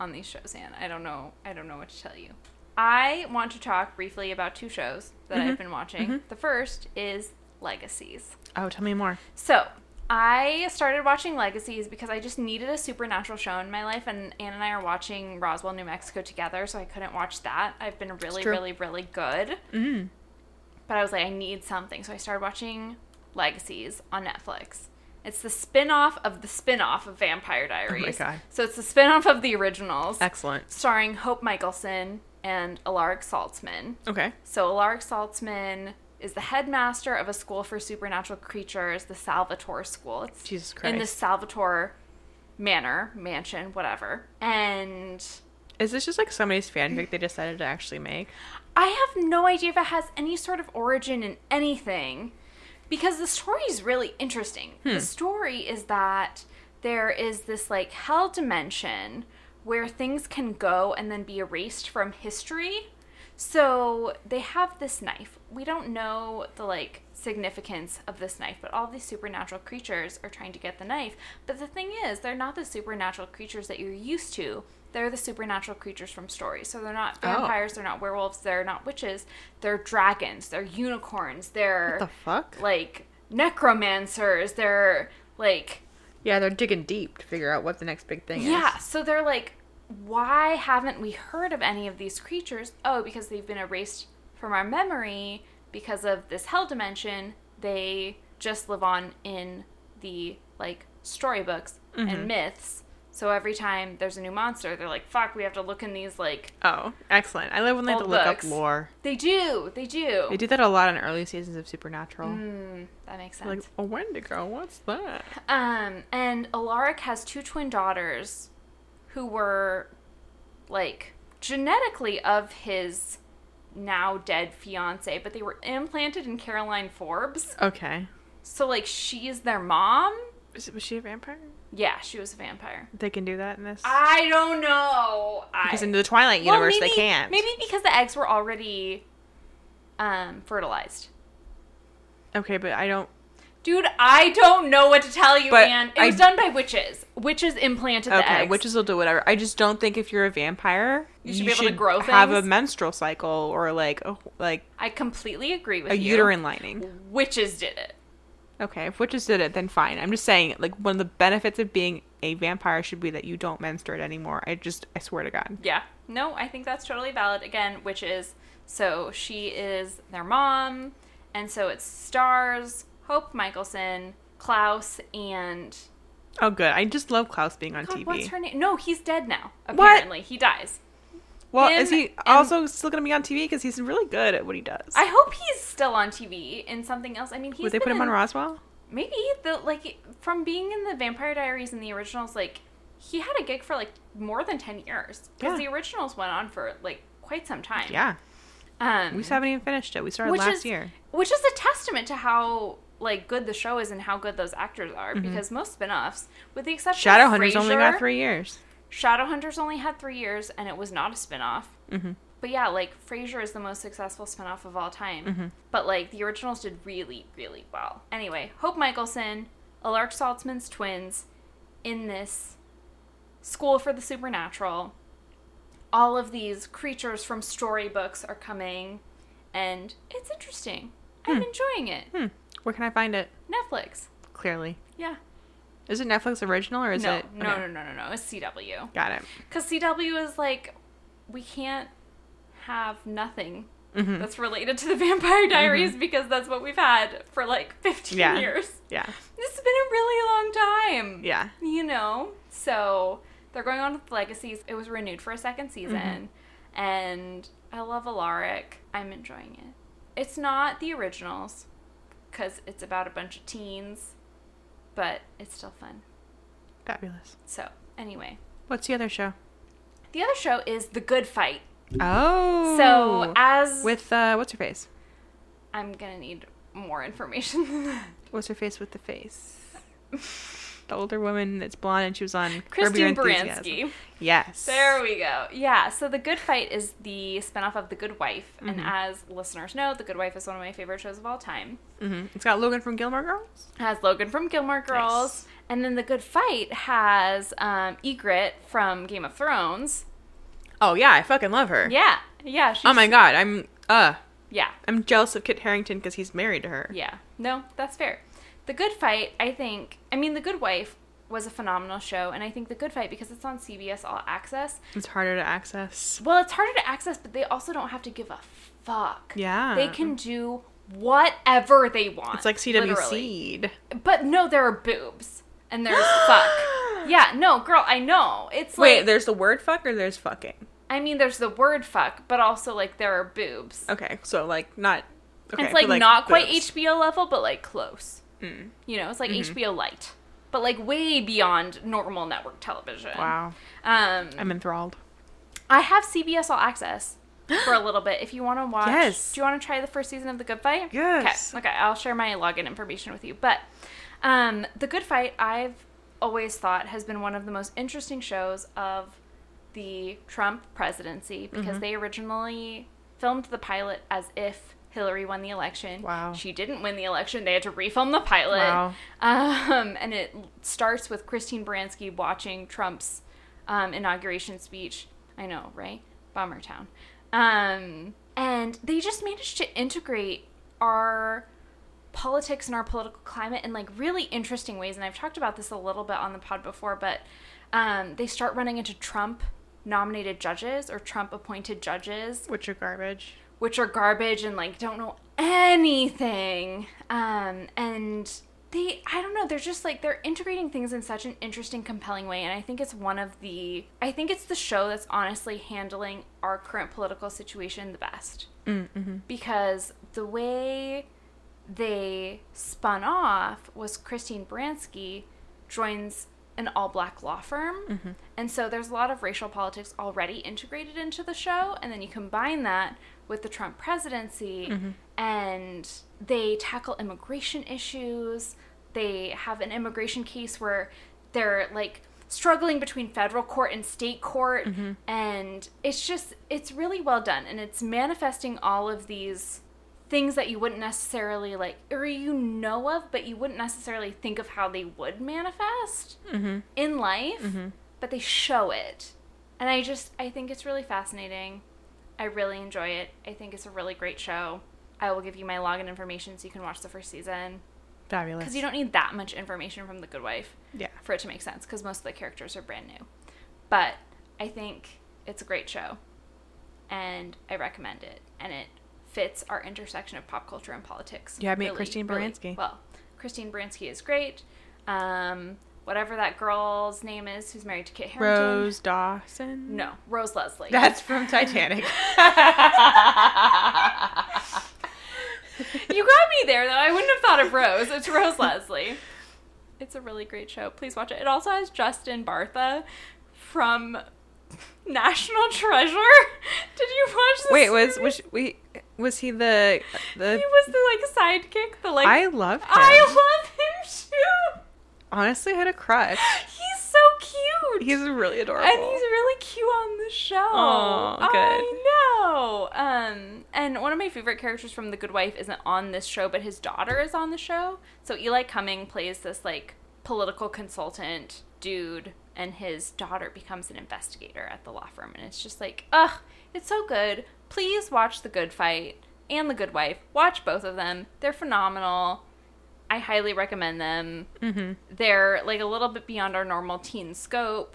Speaker 2: on these shows, Anne. I don't know. I don't know what to tell you. I want to talk briefly about two shows that
Speaker 1: Mm-hmm.
Speaker 2: I've been watching. The first is Legacies.
Speaker 1: Oh, tell me more.
Speaker 2: So I started watching Legacies because I just needed a supernatural show in my life, and Anne and I are watching Roswell, New Mexico together, so I couldn't watch that. I've been really,
Speaker 1: true.
Speaker 2: really, really good.
Speaker 1: Mm.
Speaker 2: But I was like, I need something. So I started watching Legacies on Netflix. It's the spin off of the spin off of Vampire Diaries.
Speaker 1: Oh God.
Speaker 2: So it's the spin off of the originals,
Speaker 1: Excellent.
Speaker 2: starring Hope Michelson and Alaric Saltzman.
Speaker 1: Okay.
Speaker 2: So Alaric Saltzman is the headmaster of a school for supernatural creatures, the Salvatore School. It's
Speaker 1: Jesus
Speaker 2: in the
Speaker 1: Christ.
Speaker 2: Salvatore Manor, mansion, whatever. And
Speaker 1: Is this just like somebody's fanfic they decided to actually make?
Speaker 2: I have no idea if it has any sort of origin in anything because the story is really interesting. The story is that there is this like hell dimension where things can go and then be erased from history. So they have this knife. We don't know the like significance of this knife, but all these supernatural creatures are trying to get the knife. But the thing is, they're not the supernatural creatures that you're used to. They're the supernatural creatures from stories. So they're not
Speaker 1: Oh.
Speaker 2: vampires, they're not werewolves, they're not witches, they're dragons, they're unicorns, they're
Speaker 1: What the fuck?
Speaker 2: like necromancers, they're like
Speaker 1: Yeah, they're digging deep to figure out what the next big thing is.
Speaker 2: yeah, so they're like, why haven't we heard of any of these creatures? Oh, because they've been erased from our memory because of this hell dimension. They just live on in the like storybooks
Speaker 1: Mm-hmm.
Speaker 2: and myths. So every time there's a new monster, they're like, fuck, we have to look in these like
Speaker 1: Oh, excellent. I love when they have to
Speaker 2: Old
Speaker 1: look
Speaker 2: books.
Speaker 1: up lore.
Speaker 2: they do, they do.
Speaker 1: They did that a lot in early seasons of Supernatural.
Speaker 2: Mm, that makes sense.
Speaker 1: Like, a Wendigo, what's that?
Speaker 2: Um, and Alaric has two twin daughters who were like genetically of his now dead fiance, but they were implanted in Caroline Forbes.
Speaker 1: Okay.
Speaker 2: So like she's their mom?
Speaker 1: Was, was she a vampire?
Speaker 2: Yeah, she was a vampire.
Speaker 1: They can do that in this?
Speaker 2: I don't know.
Speaker 1: because
Speaker 2: I
Speaker 1: in the Twilight
Speaker 2: Well,
Speaker 1: universe,
Speaker 2: maybe-
Speaker 1: they can't.
Speaker 2: Maybe because the eggs were already um fertilized.
Speaker 1: Okay, but I don't.
Speaker 2: Dude, I don't know what to tell you,
Speaker 1: But
Speaker 2: man. It
Speaker 1: I-
Speaker 2: was done by witches. Witches implanted the
Speaker 1: Okay,
Speaker 2: eggs.
Speaker 1: witches will do whatever. I just don't think if you're a vampire,
Speaker 2: You should be able to grow
Speaker 1: have a
Speaker 2: things.
Speaker 1: menstrual cycle or like a, like
Speaker 2: I completely agree with
Speaker 1: a
Speaker 2: you.
Speaker 1: uterine lining.
Speaker 2: witches did it.
Speaker 1: Okay, if witches did it, then fine. I'm just saying, like one of the benefits of being a vampire should be that you don't menstruate anymore. I just, I swear to God.
Speaker 2: Yeah. No, I think that's totally valid. Again, witches. So she is their mom, and so it's Stars, Hope Michelson, Klaus, and
Speaker 1: Oh, good. I just love Klaus being on TV.
Speaker 2: God, what's her name? No, he's dead now.
Speaker 1: What?
Speaker 2: Apparently, he dies.
Speaker 1: Well,
Speaker 2: Him
Speaker 1: is he
Speaker 2: and-
Speaker 1: also still going to be on TV? Because he's really good at what he does.
Speaker 2: I hope he's still on TV in something else. I mean, he's
Speaker 1: Would they
Speaker 2: been
Speaker 1: put him
Speaker 2: in-
Speaker 1: on Roswell?
Speaker 2: Maybe the like from being in the Vampire Diaries and the originals, like he had a gig for like more than ten years because
Speaker 1: Yeah.
Speaker 2: the originals went on for like quite some time.
Speaker 1: Yeah,
Speaker 2: Um,
Speaker 1: we just haven't even finished it. We started last
Speaker 2: is,
Speaker 1: year.
Speaker 2: Which is a testament to how like good the show is and how good those actors are because most spin-offs with the exception of
Speaker 1: Mm-hmm. Shadowhunters only got
Speaker 2: Frasier,
Speaker 1: three years.
Speaker 2: Shadowhunters only had 3 years and it was not a spin-off.
Speaker 1: Mhm.
Speaker 2: But yeah, like Frasier is the most successful spinoff of all time.
Speaker 1: Mm-hmm.
Speaker 2: But like the originals did really, really well. Anyway, Hope Michelson, Alaric Saltzman's twins in this school for the supernatural. All of these creatures from storybooks are coming, and it's interesting.
Speaker 1: Hmm.
Speaker 2: I'm enjoying it.
Speaker 1: Where can I find it?
Speaker 2: Netflix.
Speaker 1: Clearly.
Speaker 2: Yeah.
Speaker 1: Is it Netflix original or is
Speaker 2: no,
Speaker 1: it?
Speaker 2: no,
Speaker 1: okay.
Speaker 2: no, no, no, no. It's CW.
Speaker 1: Got it.
Speaker 2: Because CW is like, we can't have nothing
Speaker 1: Mm-hmm. <laughs>
Speaker 2: that's related to the Vampire Diaries because that's what we've had for like 15
Speaker 1: Yeah.
Speaker 2: years.
Speaker 1: Yeah.
Speaker 2: This has been a really long time.
Speaker 1: Yeah.
Speaker 2: You know? So they're going on with Legacies. It was renewed for a second
Speaker 1: Mm-hmm.
Speaker 2: season. And I love Alaric. I'm enjoying it. It's not the originals because it's about a bunch of teens, but it's still fun.
Speaker 1: Fabulous.
Speaker 2: So, anyway.
Speaker 1: What's the other show?
Speaker 2: The other show is The Good Fight.
Speaker 1: Oh.
Speaker 2: So as
Speaker 1: with uh, what's her face?
Speaker 2: I'm gonna need more information than that.
Speaker 1: What's her face with the
Speaker 2: <laughs>
Speaker 1: face? the older woman that's blonde and she was on Curb Your
Speaker 2: Kristen
Speaker 1: Enthusiasm.
Speaker 2: Baranski.
Speaker 1: Yes.
Speaker 2: There we go. Yeah, so The Good Fight is the spinoff of The Good Wife. And
Speaker 1: Mm-hmm.
Speaker 2: as listeners know, The Good Wife is one of my favorite shows of all time.
Speaker 1: hmm It's got Logan from Gilmore Girls.
Speaker 2: It has Logan from Gilmore Girls. And then The Good Fight has um, Egret from Game of Thrones.
Speaker 1: Oh yeah, I fucking love her.
Speaker 2: Yeah, yeah. She's,
Speaker 1: Oh my god, I'm uh,
Speaker 2: Yeah,
Speaker 1: I'm jealous of Kit Harrington because he's married to her.
Speaker 2: Yeah. No, that's fair. The Good Fight, I think, I mean, The Good Wife was a phenomenal show, and I think The Good Fight, because it's on CBS All Access,
Speaker 1: It's harder to access.
Speaker 2: well, it's harder to access, but they also don't have to give a fuck.
Speaker 1: Yeah.
Speaker 2: They can do whatever they want.
Speaker 1: It's like CW
Speaker 2: literally.
Speaker 1: Seed. <gasps>
Speaker 2: But no, there are boobs, and there's <gasps> fuck. <gasps> Yeah, no, girl, I know. It's like,
Speaker 1: Wait, there's the word fuck or there's fucking?
Speaker 2: I mean, there's the word fuck, but also, like, there are boobs.
Speaker 1: Okay, so like not. Okay,
Speaker 2: it's like,
Speaker 1: but,
Speaker 2: not quite
Speaker 1: boobs. Mm. Mm-hmm.
Speaker 2: HBO level, but like close. You know, it's like HBO light, but like way beyond normal network television.
Speaker 1: Wow,
Speaker 2: Um,
Speaker 1: I'm enthralled.
Speaker 2: I have CBS All Access
Speaker 1: <gasps>
Speaker 2: for a little bit. If you want to watch,
Speaker 1: Yes.
Speaker 2: do you want to try the first season of The Good Fight?
Speaker 1: Yes.
Speaker 2: Okay. Okay. I'll share my login information with you. But um, The Good Fight, I've always thought has been one of the most interesting shows of the Trump presidency because
Speaker 1: Mm-hmm.
Speaker 2: they originally filmed the pilot as if Hillary won the election.
Speaker 1: Wow.
Speaker 2: She didn't win the election. They had to refilm the pilot.
Speaker 1: Wow.
Speaker 2: Um, and it starts with Christine Baranski watching Trump's um, inauguration speech. I know, right? Bomber Town. Um, and they just managed to integrate our politics and our political climate in like really interesting ways. And I've talked about this a little bit on the pod before, but um, they start running into Trump nominated judges or Trump appointed judges,
Speaker 1: Which are garbage.
Speaker 2: which are garbage and like don't know anything. Um, and they, I don't know, they're just like, they're integrating things in such an interesting, compelling way. And I think it's one of the, I think it's the show that's honestly handling our current political situation the best.
Speaker 1: Mm, mm-hmm.
Speaker 2: Because the way they spun off was Christine Baranski joins an all black law firm. And so there's a lot of racial politics already integrated into the show. And then you combine that with the Trump presidency, and they tackle immigration issues. They have an immigration case where they're like, struggling between federal court and state court and it's just it's really well done and it's manifesting all of these things that you wouldn't necessarily like or you know of but you wouldn't necessarily think of how they would manifest
Speaker 1: Mm-hmm.
Speaker 2: in life but they show it and i just i think it's really fascinating i really enjoy it i think it's a really great show i will give you my login information so you can watch the first season
Speaker 1: Fabulous.
Speaker 2: because you don't need that much information from the good wife
Speaker 1: Yeah.
Speaker 2: for it to make sense because most of the characters are brand new. But I think it's a great show and I recommend it. And it fits our intersection of pop culture and politics.
Speaker 1: Yeah, I mean, Christine Baranski.
Speaker 2: well, Christine Baranski is great. Um, whatever that girl's name is who's married to Kit Harington.
Speaker 1: Rose Dawson.
Speaker 2: No, Rose Leslie.
Speaker 1: That's from
Speaker 2: <laughs>
Speaker 1: Titanic. <laughs>
Speaker 2: you got me there, though. I wouldn't have thought of Rose. It's Rose Leslie. It's a really great show. Please watch it. It also has Justin Bartha from National Treasure. <laughs> Did you watch this?
Speaker 1: Wait, was
Speaker 2: series?
Speaker 1: was we was he the the?
Speaker 2: he was the like sidekick? The like
Speaker 1: I love him.
Speaker 2: I love him too.
Speaker 1: Honestly, I had a crush.
Speaker 2: He's so cute.
Speaker 1: He's really adorable.
Speaker 2: and he's really cute on the show.
Speaker 1: Aw, good.
Speaker 2: I know. Um, and one of my favorite characters from The Good Wife isn't on this show, but his daughter is on the show. So Eli Cumming plays this like political consultant dude, and his daughter becomes an investigator at the law firm, and it's just like, ugh, it's so good. Please watch The Good Fight and The Good Wife. Watch both of them. They're phenomenal. I highly recommend them.
Speaker 1: Mm-hmm.
Speaker 2: They're like a little bit beyond our normal teen scope.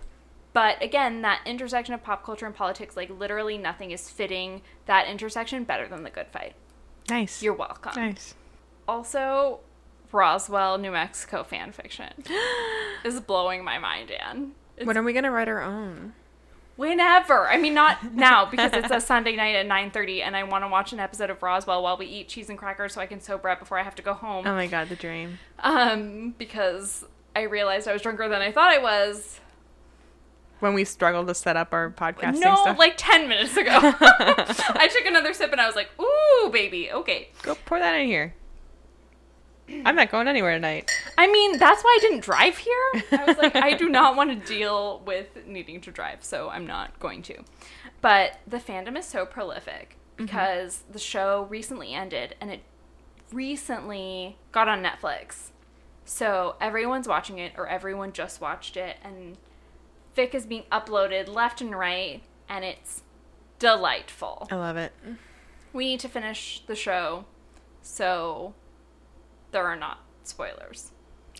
Speaker 2: But again, that intersection of pop culture and politics, like literally nothing is fitting that intersection better than The Good Fight.
Speaker 1: nice.
Speaker 2: You're welcome.
Speaker 1: nice.
Speaker 2: Also, Roswell, New Mexico
Speaker 1: <gasps>
Speaker 2: fan fiction is blowing my mind, Anne. It's
Speaker 1: When are we gonna write our own?
Speaker 2: whenever. I
Speaker 1: <laughs>
Speaker 2: mean, not now because it's a Sunday night at 9:30, and I want to watch an episode of Roswell while we eat cheese and crackers so I can sober up before I have to go home.
Speaker 1: Oh my god, the dream.
Speaker 2: um, because I realized I was drunker than I thought I was.
Speaker 1: When we struggled to set up our podcasting
Speaker 2: no,
Speaker 1: stuff.
Speaker 2: like 10 minutes ago. <laughs> I took another sip and I was like, ooh, baby, okay.
Speaker 1: go pour that in here. I'm not going anywhere tonight.
Speaker 2: I mean, that's why I didn't drive here. I was like, I do not want to deal with needing to drive, so I'm not going to. But the fandom is so prolific because the show recently ended and it recently got on Netflix. So everyone's watching it or everyone just watched it and Vic is being uploaded left and right and it's delightful.
Speaker 1: I love it.
Speaker 2: we need to finish the show so there are not spoilers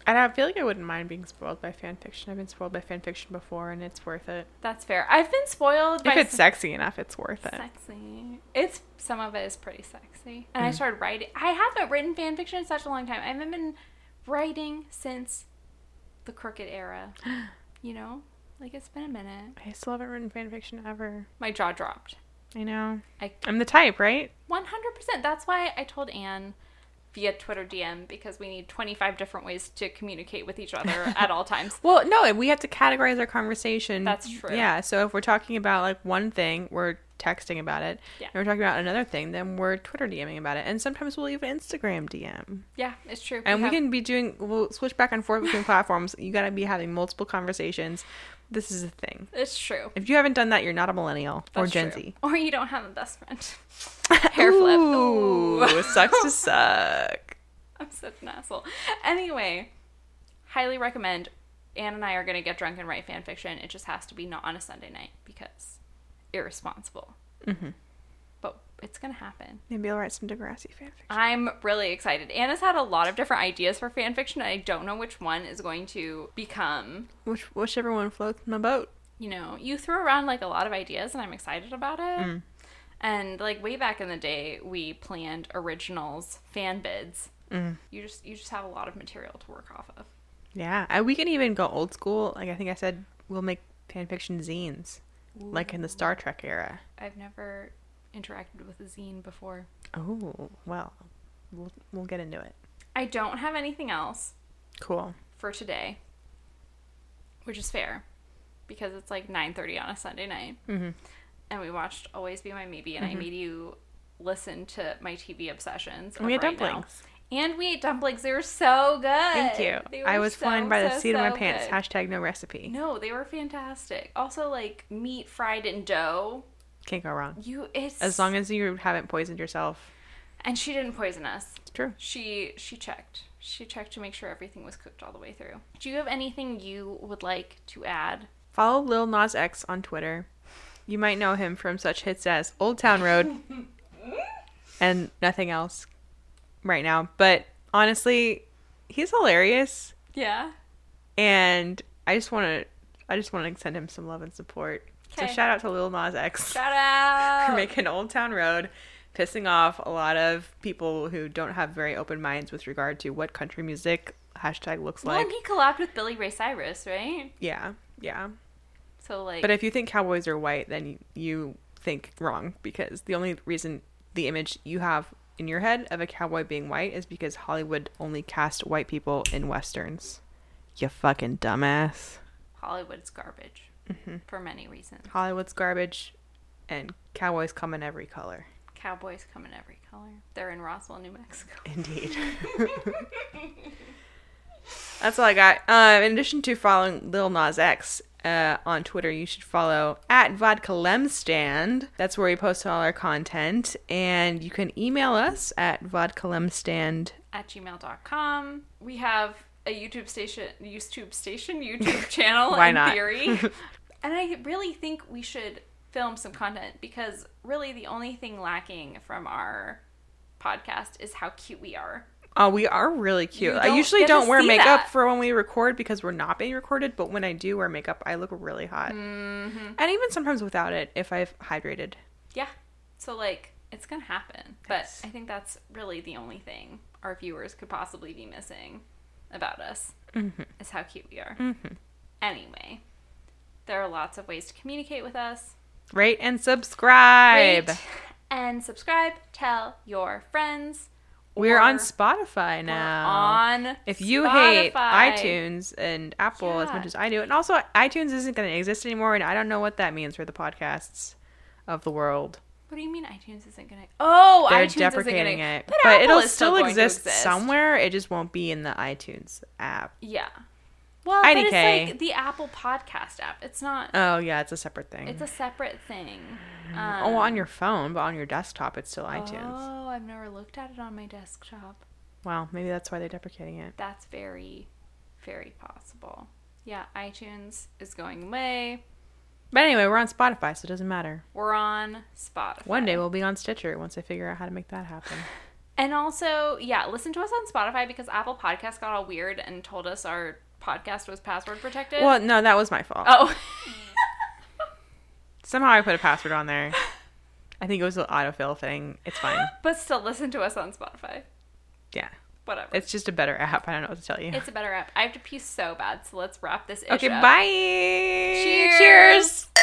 Speaker 1: And I feel like I wouldn't mind being spoiled by fan fiction. I've been spoiled by fan fiction before, and it's worth it.
Speaker 2: that's fair i've been spoiled by
Speaker 1: If it's
Speaker 2: some-
Speaker 1: sexy enough, it's worth it.
Speaker 2: sexy it's some of it is pretty sexy and
Speaker 1: Mm-hmm.
Speaker 2: i started writing i haven't written fan fiction in such a long time i haven't been writing since the crooked
Speaker 1: <gasps>
Speaker 2: era you know like it's been a minute
Speaker 1: I still haven't written fan fiction ever.
Speaker 2: my jaw dropped
Speaker 1: I know.
Speaker 2: I-
Speaker 1: I'm the type, right?
Speaker 2: 100% that's why i told anne via twitter dm because we need 25 different ways to communicate with each other
Speaker 1: <laughs>
Speaker 2: at all times
Speaker 1: Well, no, we have to categorize our conversation.
Speaker 2: That's true.
Speaker 1: Yeah. So if we're talking about like one thing, we're texting about it.
Speaker 2: Yeah.
Speaker 1: And we're talking about another thing, then we're Twitter DMing about it. And sometimes we'll even Instagram DM.
Speaker 2: yeah it's true
Speaker 1: And we
Speaker 2: have-
Speaker 1: can be doing, we'll switch back and forth
Speaker 2: <laughs>
Speaker 1: between platforms. You got to be having multiple conversations. This is a thing.
Speaker 2: It's true.
Speaker 1: If you haven't done that, you're not a millennial or
Speaker 2: That's
Speaker 1: Gen
Speaker 2: true.
Speaker 1: Z.
Speaker 2: Or you don't have a best friend. <laughs> Hair flip.
Speaker 1: Ooh,
Speaker 2: Ooh.
Speaker 1: sucks
Speaker 2: <laughs>
Speaker 1: to suck.
Speaker 2: I'm such an asshole. Anyway, highly recommend. Anne and I are going to get drunk and write fan fiction. It just has to be not on a Sunday night because irresponsible. Mm-hmm. But it's going to happen.
Speaker 1: Maybe I'll write some Degrassi fanfiction.
Speaker 2: I'm really excited. Anna's had a lot of different ideas for fan fiction. and I don't know which one is going to become.
Speaker 1: Which, whichever one floats my boat.
Speaker 2: you know, you threw around like a lot of ideas and I'm excited about it. And like way back in the day, we planned originals, fan bids. You just you just have a lot of material to work off of.
Speaker 1: Yeah, I, we can even go old school. Like I think I said, we'll make fanfiction zines, like in the Star Trek era.
Speaker 2: I've never interacted with a zine before.
Speaker 1: Oh well, we'll we'll get into it.
Speaker 2: I don't have anything else
Speaker 1: Cool.
Speaker 2: for today, which is fair because it's like 9:30 on a Sunday night.
Speaker 1: Mhm.
Speaker 2: And we watched Always Be My Maybe and I made you listen to my TV obsessions.
Speaker 1: We
Speaker 2: of
Speaker 1: had
Speaker 2: right now.
Speaker 1: dumplings.
Speaker 2: And we ate dumplings. They were so good.
Speaker 1: Thank you. I was flying by the seat of my pants. Hashtag no recipe.
Speaker 2: no, they were fantastic. Also, like meat fried in dough.
Speaker 1: Can't go wrong.
Speaker 2: You, it's
Speaker 1: As long as you haven't poisoned yourself.
Speaker 2: and she didn't poison us.
Speaker 1: It's true.
Speaker 2: She she checked. She checked to make sure everything was cooked all the way through. Do you have anything you would like to add?
Speaker 1: Follow Lil Nas X on Twitter. You might know him from such hits as Old Town Road
Speaker 2: <laughs>
Speaker 1: and nothing else right now. But honestly, he's hilarious.
Speaker 2: Yeah.
Speaker 1: and I just want to, I just want to send him some love and support.
Speaker 2: Okay.
Speaker 1: So shout out to Lil Nas X
Speaker 2: Shout
Speaker 1: for
Speaker 2: out.
Speaker 1: making Old Town Road, pissing off a lot of people who don't have very open minds with regard to what country music hashtag looks
Speaker 2: well,
Speaker 1: like.
Speaker 2: and he collabed with Billy Ray Cyrus, right?
Speaker 1: yeah, yeah.
Speaker 2: So like,
Speaker 1: But if you think cowboys are white, then you think wrong because the only reason the image you have in your head of a cowboy being white is because Hollywood only cast white people in westerns. You fucking dumbass.
Speaker 2: Hollywood's garbage
Speaker 1: Mm-hmm.
Speaker 2: for many reasons.
Speaker 1: Hollywood's garbage, and cowboys come in every color.
Speaker 2: Cowboys come in every color. They're in Roswell, New Mexico.
Speaker 1: Indeed. That's all I got. Um, in addition to following Lil Nas X uh, on Twitter, you should follow at Vodka Lemstand. That's where we post all our content. And you can email us at Vodka Lemstand.
Speaker 2: at gmail.com. We have a YouTube station, YouTube station,
Speaker 1: <laughs>
Speaker 2: YouTube channel
Speaker 1: Why
Speaker 2: in
Speaker 1: not?
Speaker 2: theory.
Speaker 1: <laughs>
Speaker 2: and I really think we should film some content because really the only thing lacking from our podcast is how cute we are.
Speaker 1: Oh, we are really cute.
Speaker 2: You
Speaker 1: I
Speaker 2: don't
Speaker 1: usually
Speaker 2: get to
Speaker 1: don't wear
Speaker 2: see
Speaker 1: makeup
Speaker 2: that.
Speaker 1: for when we record because we're not being recorded, but when I do wear makeup, I look really hot.
Speaker 2: Mm-hmm.
Speaker 1: And even sometimes without it, if I've hydrated.
Speaker 2: Yeah. So like it's going to happen.
Speaker 1: Yes.
Speaker 2: But I think that's really the only thing our viewers could possibly be missing about us
Speaker 1: Mm-hmm.
Speaker 2: is how cute we are. Anyway, there are lots of ways to communicate with us.
Speaker 1: Rate and subscribe.
Speaker 2: Rate and subscribe. Tell your friends.
Speaker 1: We're on
Speaker 2: Or
Speaker 1: Spotify
Speaker 2: we're
Speaker 1: now.
Speaker 2: on
Speaker 1: If you hate
Speaker 2: Spotify.
Speaker 1: iTunes and Apple as
Speaker 2: Yeah.
Speaker 1: much as I do, and also iTunes isn't going to exist anymore, and I don't know what that means for the podcasts of the world.
Speaker 2: What do you mean iTunes isn't gonna? Oh,
Speaker 1: They're
Speaker 2: iTunes
Speaker 1: deprecating
Speaker 2: isn't gonna,
Speaker 1: it, but, it'll
Speaker 2: Apple is
Speaker 1: still
Speaker 2: going to
Speaker 1: exist, somewhere. It just won't be in the iTunes app.
Speaker 2: Yeah. Well, but
Speaker 1: IDK.
Speaker 2: it's like the Apple Podcast app. It's not.
Speaker 1: Oh yeah, it's a separate thing.
Speaker 2: It's a separate thing. Um,
Speaker 1: oh, on your phone, but on your desktop, it's still iTunes.
Speaker 2: Oh, I've never looked at it on my desktop.
Speaker 1: Wow, maybe that's why they're deprecating it.
Speaker 2: That's very, very possible. Yeah, iTunes is going away.
Speaker 1: But anyway, we're on Spotify, so it doesn't matter.
Speaker 2: We're on Spotify.
Speaker 1: One day we'll be on Stitcher once I figure out how to make that happen.
Speaker 2: And also, yeah, listen to us on Spotify because Apple Podcasts got all weird and told us our podcast was password protected.
Speaker 1: well, no, that was my fault.
Speaker 2: oh.
Speaker 1: Somehow I put a password on
Speaker 2: <laughs>
Speaker 1: there. I think it was an autofill thing. It's
Speaker 2: <gasps>
Speaker 1: fine.
Speaker 2: but still listen to us on Spotify.
Speaker 1: Yeah.
Speaker 2: Whatever. It's,
Speaker 1: It's just a better app. I don't know what to tell you.
Speaker 2: a better app. I have to pee so bad, so let's wrap this ish
Speaker 1: okay,
Speaker 2: up.
Speaker 1: bye.
Speaker 2: Cheers.
Speaker 1: Cheers.